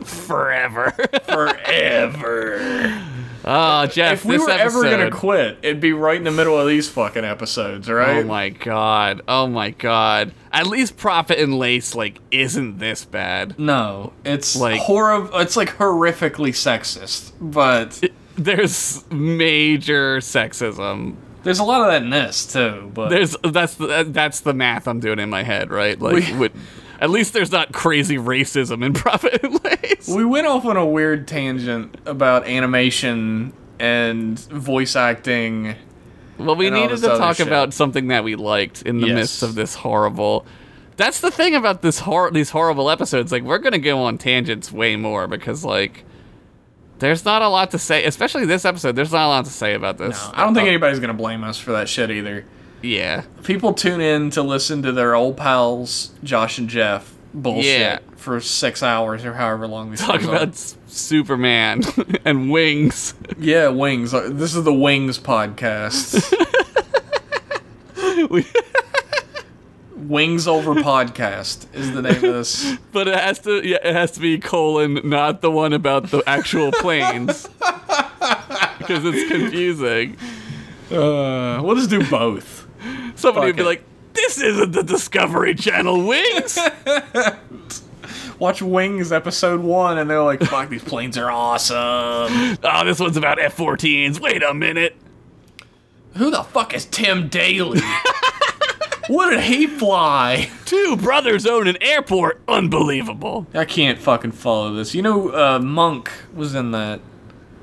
S2: Forever.
S1: Forever.
S2: Oh, Jeff,
S1: if we
S2: this
S1: were ever gonna
S2: episode-
S1: quit, it'd be right in the middle of these fucking episodes, right?
S2: Oh my god. Oh my god. At least Prophet and Lace like isn't this bad.
S1: No, it's like
S2: Like-
S1: horrible. It's like horrifically sexist, but
S2: There's major sexism.
S1: there's a lot of that in this too. But
S2: There's that's the, that's the math I'm doing in my head, right? Like
S1: We-
S2: with, at least there's not crazy racism in Prophet and Lace.
S1: We went off on a weird tangent about animation and voice acting.
S2: Well, we
S1: and all
S2: needed
S1: this
S2: to
S1: other
S2: talk
S1: shit.
S2: about something that we liked in the
S1: Yes.
S2: midst of this horrible. That's the thing about this hor- these horrible episodes. Like we're gonna go on tangents way more because like there's not a lot to say, especially this episode. There's not a lot to say about this.
S1: I don't think anybody's gonna blame us for that shit either.
S2: Yeah,
S1: People tune in to listen to their old pals Josh and Jeff bullshit
S2: Yeah.
S1: for six hours or however long these
S2: talk
S1: things
S2: about
S1: Are.
S2: S- Superman and wings.
S1: Yeah, Wings. Uh, This is the Wings podcast.
S2: We-
S1: Wings over podcast is the name of this.
S2: but it has to yeah, it has to be colon, not the one about the actual planes. Because it's confusing.
S1: Uh, we'll just do both.
S2: Somebody would be
S1: Fuck it.
S2: like, "This isn't the Discovery Channel wings."
S1: Watch Wings episode one, and they're like, "Fuck, these planes are awesome."
S2: Oh, this one's about F-14s. Wait a minute.
S1: Who the fuck is Tim Daly? What did he fly?
S2: Two brothers own an airport. Unbelievable.
S1: I can't fucking follow this. You know, uh, Monk was in that.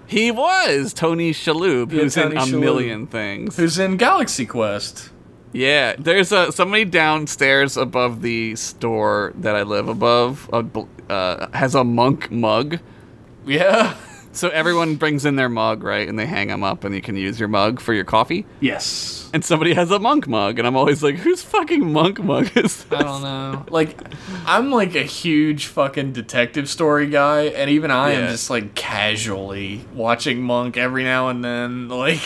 S2: He was Tony Shalhoub,
S1: Yeah,
S2: who's
S1: Tony
S2: in a
S1: Shalhoub.
S2: million things.
S1: Who's in Galaxy Quest?
S2: Yeah, there's a somebody downstairs above the store that I live above uh, bl- uh, has a monk mug.
S1: Yeah.
S2: So everyone brings in their mug, right, and they hang them up, and you can use your mug for your coffee.
S1: Yes.
S2: And somebody has a monk mug, and I'm always like, whose fucking monk mug is
S1: I
S2: this?
S1: don't know. Like, I'm like a huge fucking detective story guy, and even I am
S2: Yeah.
S1: just like casually watching Monk every now and then. Like,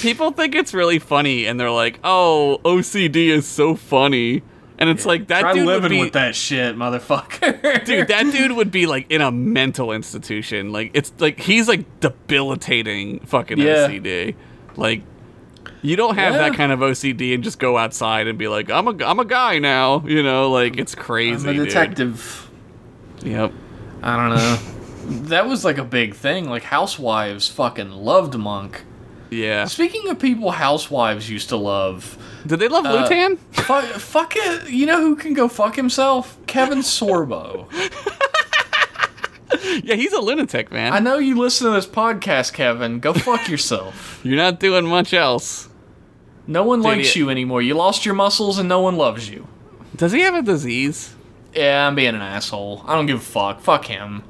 S2: People think it's really funny, and they're like, oh, OCD is so funny, and it's like that
S1: try
S2: dude would
S1: living
S2: be
S1: with that shit, motherfucker.
S2: dude that dude would be like in a mental institution like it's like he's like debilitating fucking
S1: Yeah.
S2: ocd like you don't have that
S1: Yeah.
S2: kind of ocd and just go outside and be like i'm a i'm a guy now you know like it's
S1: I'm
S2: crazy
S1: a
S2: dude.
S1: detective.
S2: yep
S1: I don't know. that was like a big thing. Like, housewives fucking loved Monk.
S2: yeah
S1: Speaking of people housewives used to love,
S2: did they love lutan
S1: fu- fuck it. You know who can go fuck himself? Kevin Sorbo.
S2: yeah he's a lunatic man
S1: I know you listen to this podcast, Kevin. Go fuck yourself.
S2: you're not doing much else
S1: No one likes
S2: it-
S1: you anymore. You lost your muscles and no one loves you.
S2: does he have a disease
S1: Yeah, I'm being an asshole. I don't give a fuck. Fuck him.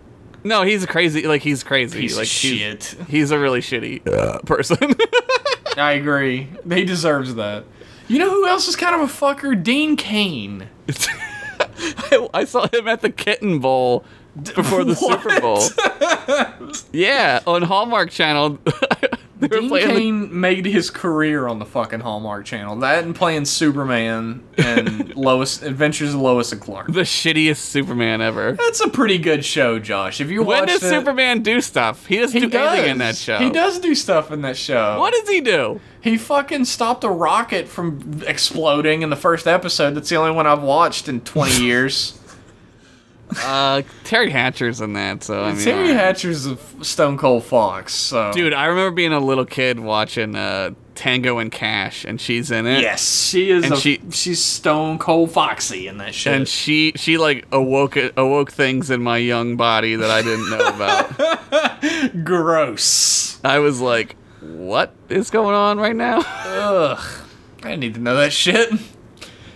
S2: no he's crazy like he's crazy
S1: Piece
S2: like
S1: of
S2: he's-
S1: shit.
S2: he's a really shitty uh, person
S1: I agree. He deserves that. You know who else is kind of a fucker? Dean Kane.
S2: I, I saw him at the Kitten Bowl d- before the Super Bowl. yeah, on Hallmark Channel. they were
S1: Dean
S2: playing the-
S1: Kane made his career on the fucking Hallmark Channel. That and playing Superman and Lois Adventures of Lois and Clark.
S2: the, shittiest Superman ever.
S1: That's a pretty good show, Josh. If you
S2: When
S1: watched
S2: does
S1: it,
S2: Superman do stuff? He doesn't
S1: he
S2: do
S1: does.
S2: anything in that show.
S1: He does do stuff in that show.
S2: What does he do?
S1: He fucking stopped a rocket from exploding in the first episode. That's the only one I've watched in 20 years.
S2: Uh, Terry Hatcher's in that, so I mean,
S1: Terry
S2: alright.
S1: Hatcher's a f- Stone Cold Fox, so.
S2: dude, I remember being a little kid watching uh, Tango and Cash, and she's in it.
S1: Yes, she is.
S2: And
S1: a,
S2: she-
S1: she's Stone Cold Foxy in that shit.
S2: And she she like awoke awoke things in my young body that I didn't know about.
S1: Gross.
S2: I was like, what is going on right now?
S1: I didn't need to know that shit.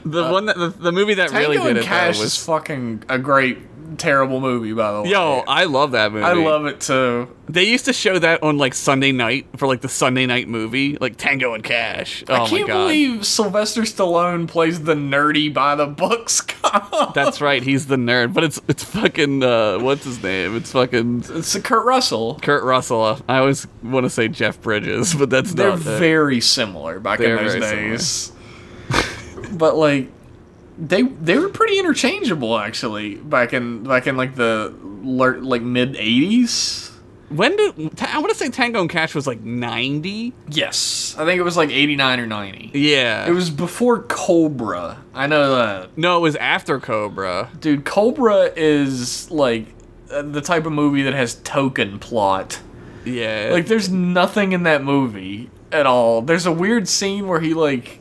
S2: The one that the, the movie that
S1: Tango
S2: really did
S1: and
S2: it though
S1: Cash is
S2: was
S1: fucking a great, terrible movie, by the way.
S2: Yo, I love that movie.
S1: I love it too.
S2: They used to show that on like Sunday night for like the Sunday night movie, like Tango and Cash. Oh
S1: I can't
S2: my god.
S1: believe Sylvester Stallone plays the nerdy by the books cop.
S2: That's right, he's the nerd, but it's it's fucking uh what's his name? It's fucking
S1: It's a Kurt Russell.
S2: Kurt Russell. I always want to say Jeff Bridges, but that's
S1: They're
S2: not it.
S1: very similar back in
S2: They're
S1: those
S2: very
S1: days. but like they they were pretty interchangeable actually back in back in like the ler- like mid 80s.
S2: When did I want to say Tango and Cash was like 90?
S1: Yes. I think it was like 89 or 90.
S2: Yeah.
S1: It was before Cobra. I know that.
S2: No, it was after Cobra.
S1: Dude, Cobra is like uh, the type of movie that has token plot.
S2: Yeah.
S1: Like, there's nothing in that movie at all. There's a weird scene where he like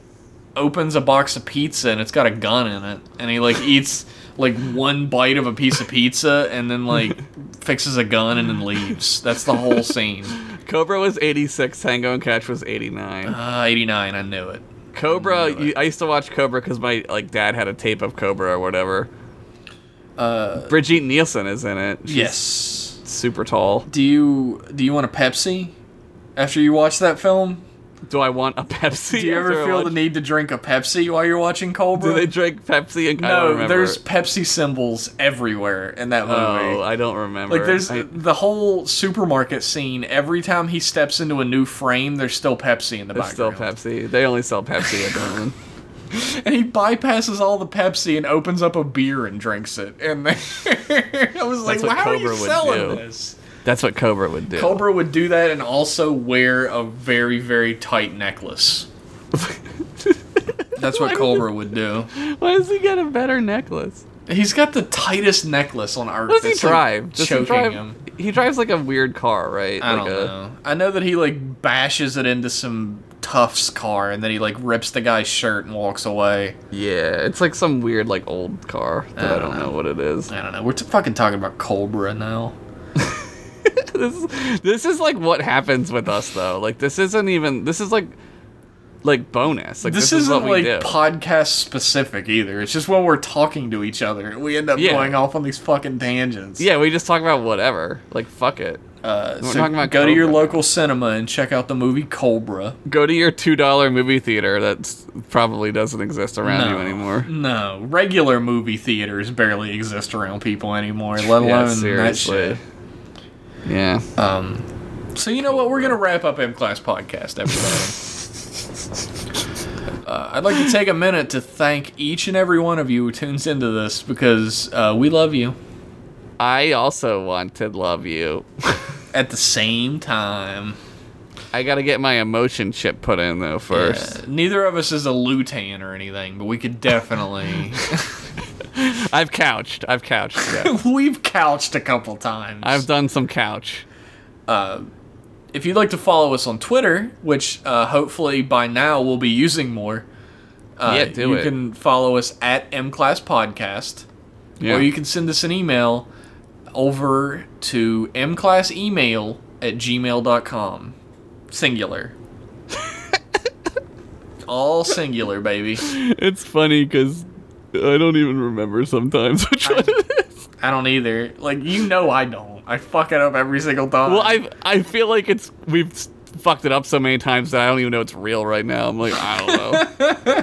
S1: opens a box of pizza and it's got a gun in it, and he like eats like one bite of a piece of pizza and then like fixes a gun and then leaves. That's the whole scene.
S2: Cobra was 86, Tango and Cash was 89.
S1: Uh, 89, I knew it.
S2: Cobra, you, I used to watch Cobra because my like dad had a tape of Cobra or whatever. Uh, Brigitte Nielsen is in it. She's
S1: Yes.
S2: super tall.
S1: Do you do you want a Pepsi after you watch that film?
S2: Do I want a Pepsi?
S1: Do you
S2: after
S1: ever
S2: I
S1: feel the
S2: watch-
S1: need to drink a Pepsi while you're watching Cobra?
S2: Do they drink Pepsi? And, I don't
S1: no,
S2: remember.
S1: there's Pepsi symbols everywhere in that movie.
S2: Oh, I don't remember.
S1: Like there's
S2: I-
S1: the whole supermarket scene. Every time he steps into a new frame, there's still Pepsi in the
S2: there's still
S1: background.
S2: Pepsi. They only sell Pepsi at Dunkin'.
S1: And he bypasses all the Pepsi and opens up a beer and drinks it. And I was like,
S2: That's what
S1: "How are you
S2: Cobra would
S1: selling
S2: do.
S1: this?"
S2: That's what Cobra would do.
S1: Cobra would do that and also wear a very very tight necklace. That's what Cobra would do.
S2: Why does he get a better necklace?
S1: He's got the tightest necklace on earth.
S2: What does
S1: It's,
S2: he
S1: like,
S2: drive? Does
S1: choking
S2: he drive?
S1: him.
S2: He drives like a weird car, right?
S1: I
S2: like
S1: don't
S2: a,
S1: know. I know that he like bashes it into some Tufts car, and then he like rips the guy's shirt and walks away.
S2: Yeah, it's like some weird like old car that I don't, know. what it is.
S1: I don't know. We're t- fucking talking about Cobra now.
S2: this this is like what happens with us though. Like this isn't even this is like like bonus. Like this,
S1: This, isn't
S2: is what we
S1: like
S2: do.
S1: podcast specific either. It's just when we're talking to each other, and we end up
S2: Yeah.
S1: going off on these fucking tangents.
S2: yeah, we just talk about whatever. Like fuck it.
S1: Uh,
S2: We're
S1: so
S2: talking about
S1: go to your
S2: Cobra.
S1: local cinema and check out the movie Cobra.
S2: Go to your two dollar movie theater that's probably doesn't exist around you
S1: No.
S2: anymore.
S1: No, regular movie theaters barely exist around people anymore, let alone
S2: Yeah,
S1: that
S2: seriously.
S1: shit. Uh.
S2: Yeah.
S1: So you know what? We're gonna wrap up M Class Podcast, everybody. Uh, I'd like to take a minute to thank each and every one of you who tunes into this because uh, we love you
S2: I also want to love you.
S1: at the same time.
S2: I gotta get my emotion chip put in though first.
S1: Uh, neither of us is a lutan or anything, but we could definitely.
S2: I've couched. I've couched. Yeah.
S1: We've couched a couple times.
S2: I've done some couch.
S1: if you'd like to follow us on Twitter, which uh, hopefully by now we'll be using more, uh,
S2: yeah, do
S1: you
S2: it.
S1: can follow us at M Class Podcast.
S2: yeah.
S1: or you can send us an email over to mclassemail at gmail.com. Singular. All singular, baby.
S2: It's funny because I don't even remember sometimes which one it is.
S1: I don't either. Like, you know I don't. I fuck it up every single time.
S2: Well, I I feel like it's we've s- fucked it up so many times that I don't even know it's real right now. I'm like I don't know.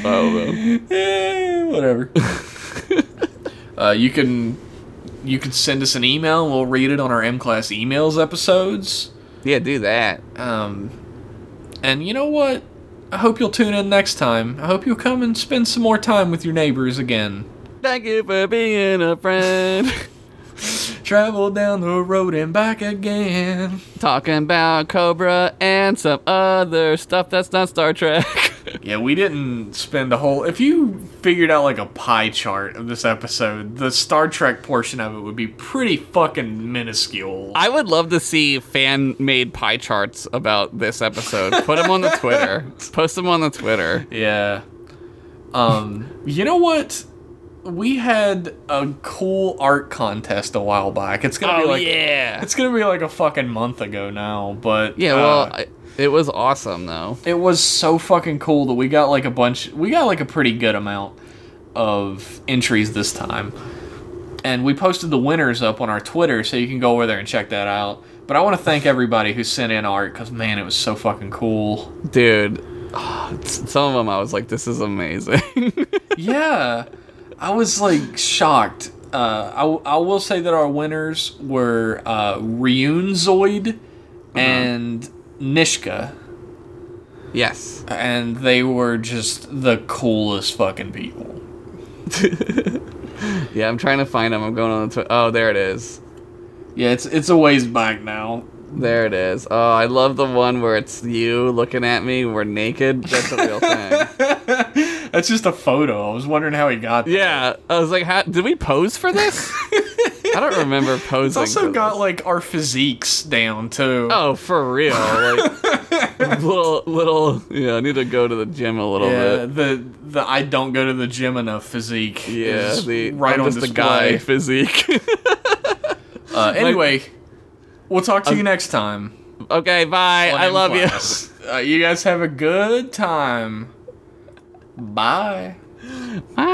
S2: I don't know.
S1: Eh, whatever. uh, you can you can send us an email and we'll read it on our M Class emails episodes.
S2: Yeah, do that.
S1: Um, and you know what? I hope you'll tune in next time. I hope you'll come and spend some more time with your neighbors again.
S2: Thank you for being a friend.
S1: Travel down the road and back again.
S2: Talking about Cobra and some other stuff that's not Star Trek.
S1: Yeah, we didn't spend a whole. If you figured out like a pie chart of this episode, the Star Trek portion of it would be pretty fucking minuscule.
S2: I would love to see fan made pie charts about this episode. Put them on the Twitter. Post them on the Twitter.
S1: Yeah. Um, you know what? We had a cool art contest a while back. It's gonna be like
S2: Oh, yeah.
S1: it's gonna be like a fucking month ago now, but
S2: Yeah,
S1: uh,
S2: well, I, it was awesome though.
S1: it was so fucking cool that we got like a bunch. We got like a pretty good amount of entries this time, and we posted the winners up on our Twitter, so you can go over there and check that out. But I want to thank everybody who sent in art because man, it was so fucking cool.
S2: Dude, some of them I was like, this is amazing.
S1: yeah i was like shocked uh, I, w- I will say that our winners were uh, Ryunzoid
S2: Uh-huh.
S1: and Nishka,
S2: yes.
S1: and they were just the coolest fucking people.
S2: Yeah, I'm trying to find them. I'm going on the Twitter. Oh, there it is.
S1: Yeah, it's it's a ways back now.
S2: There it is. Oh, I love the one where it's you looking at me. We're naked. That's a real thing.
S1: That's just a photo. I was wondering how he got. There.
S2: yeah, I was like, how, did we pose for this? I don't remember posing.
S1: it's also
S2: for
S1: got
S2: this.
S1: like our physiques down too.
S2: Oh, for real. Like little, little. Yeah, I need to go to the gym a little
S1: yeah,
S2: bit.
S1: the the I don't go to the gym enough physique.
S2: Yeah,
S1: is
S2: the
S1: right
S2: I'm
S1: on
S2: just
S1: display.
S2: a guy physique.
S1: Uh, anyway, we'll talk to you next time.
S2: Okay, bye. I love
S1: you. Uh, you guys have a good time. Bye.
S2: you. Bye.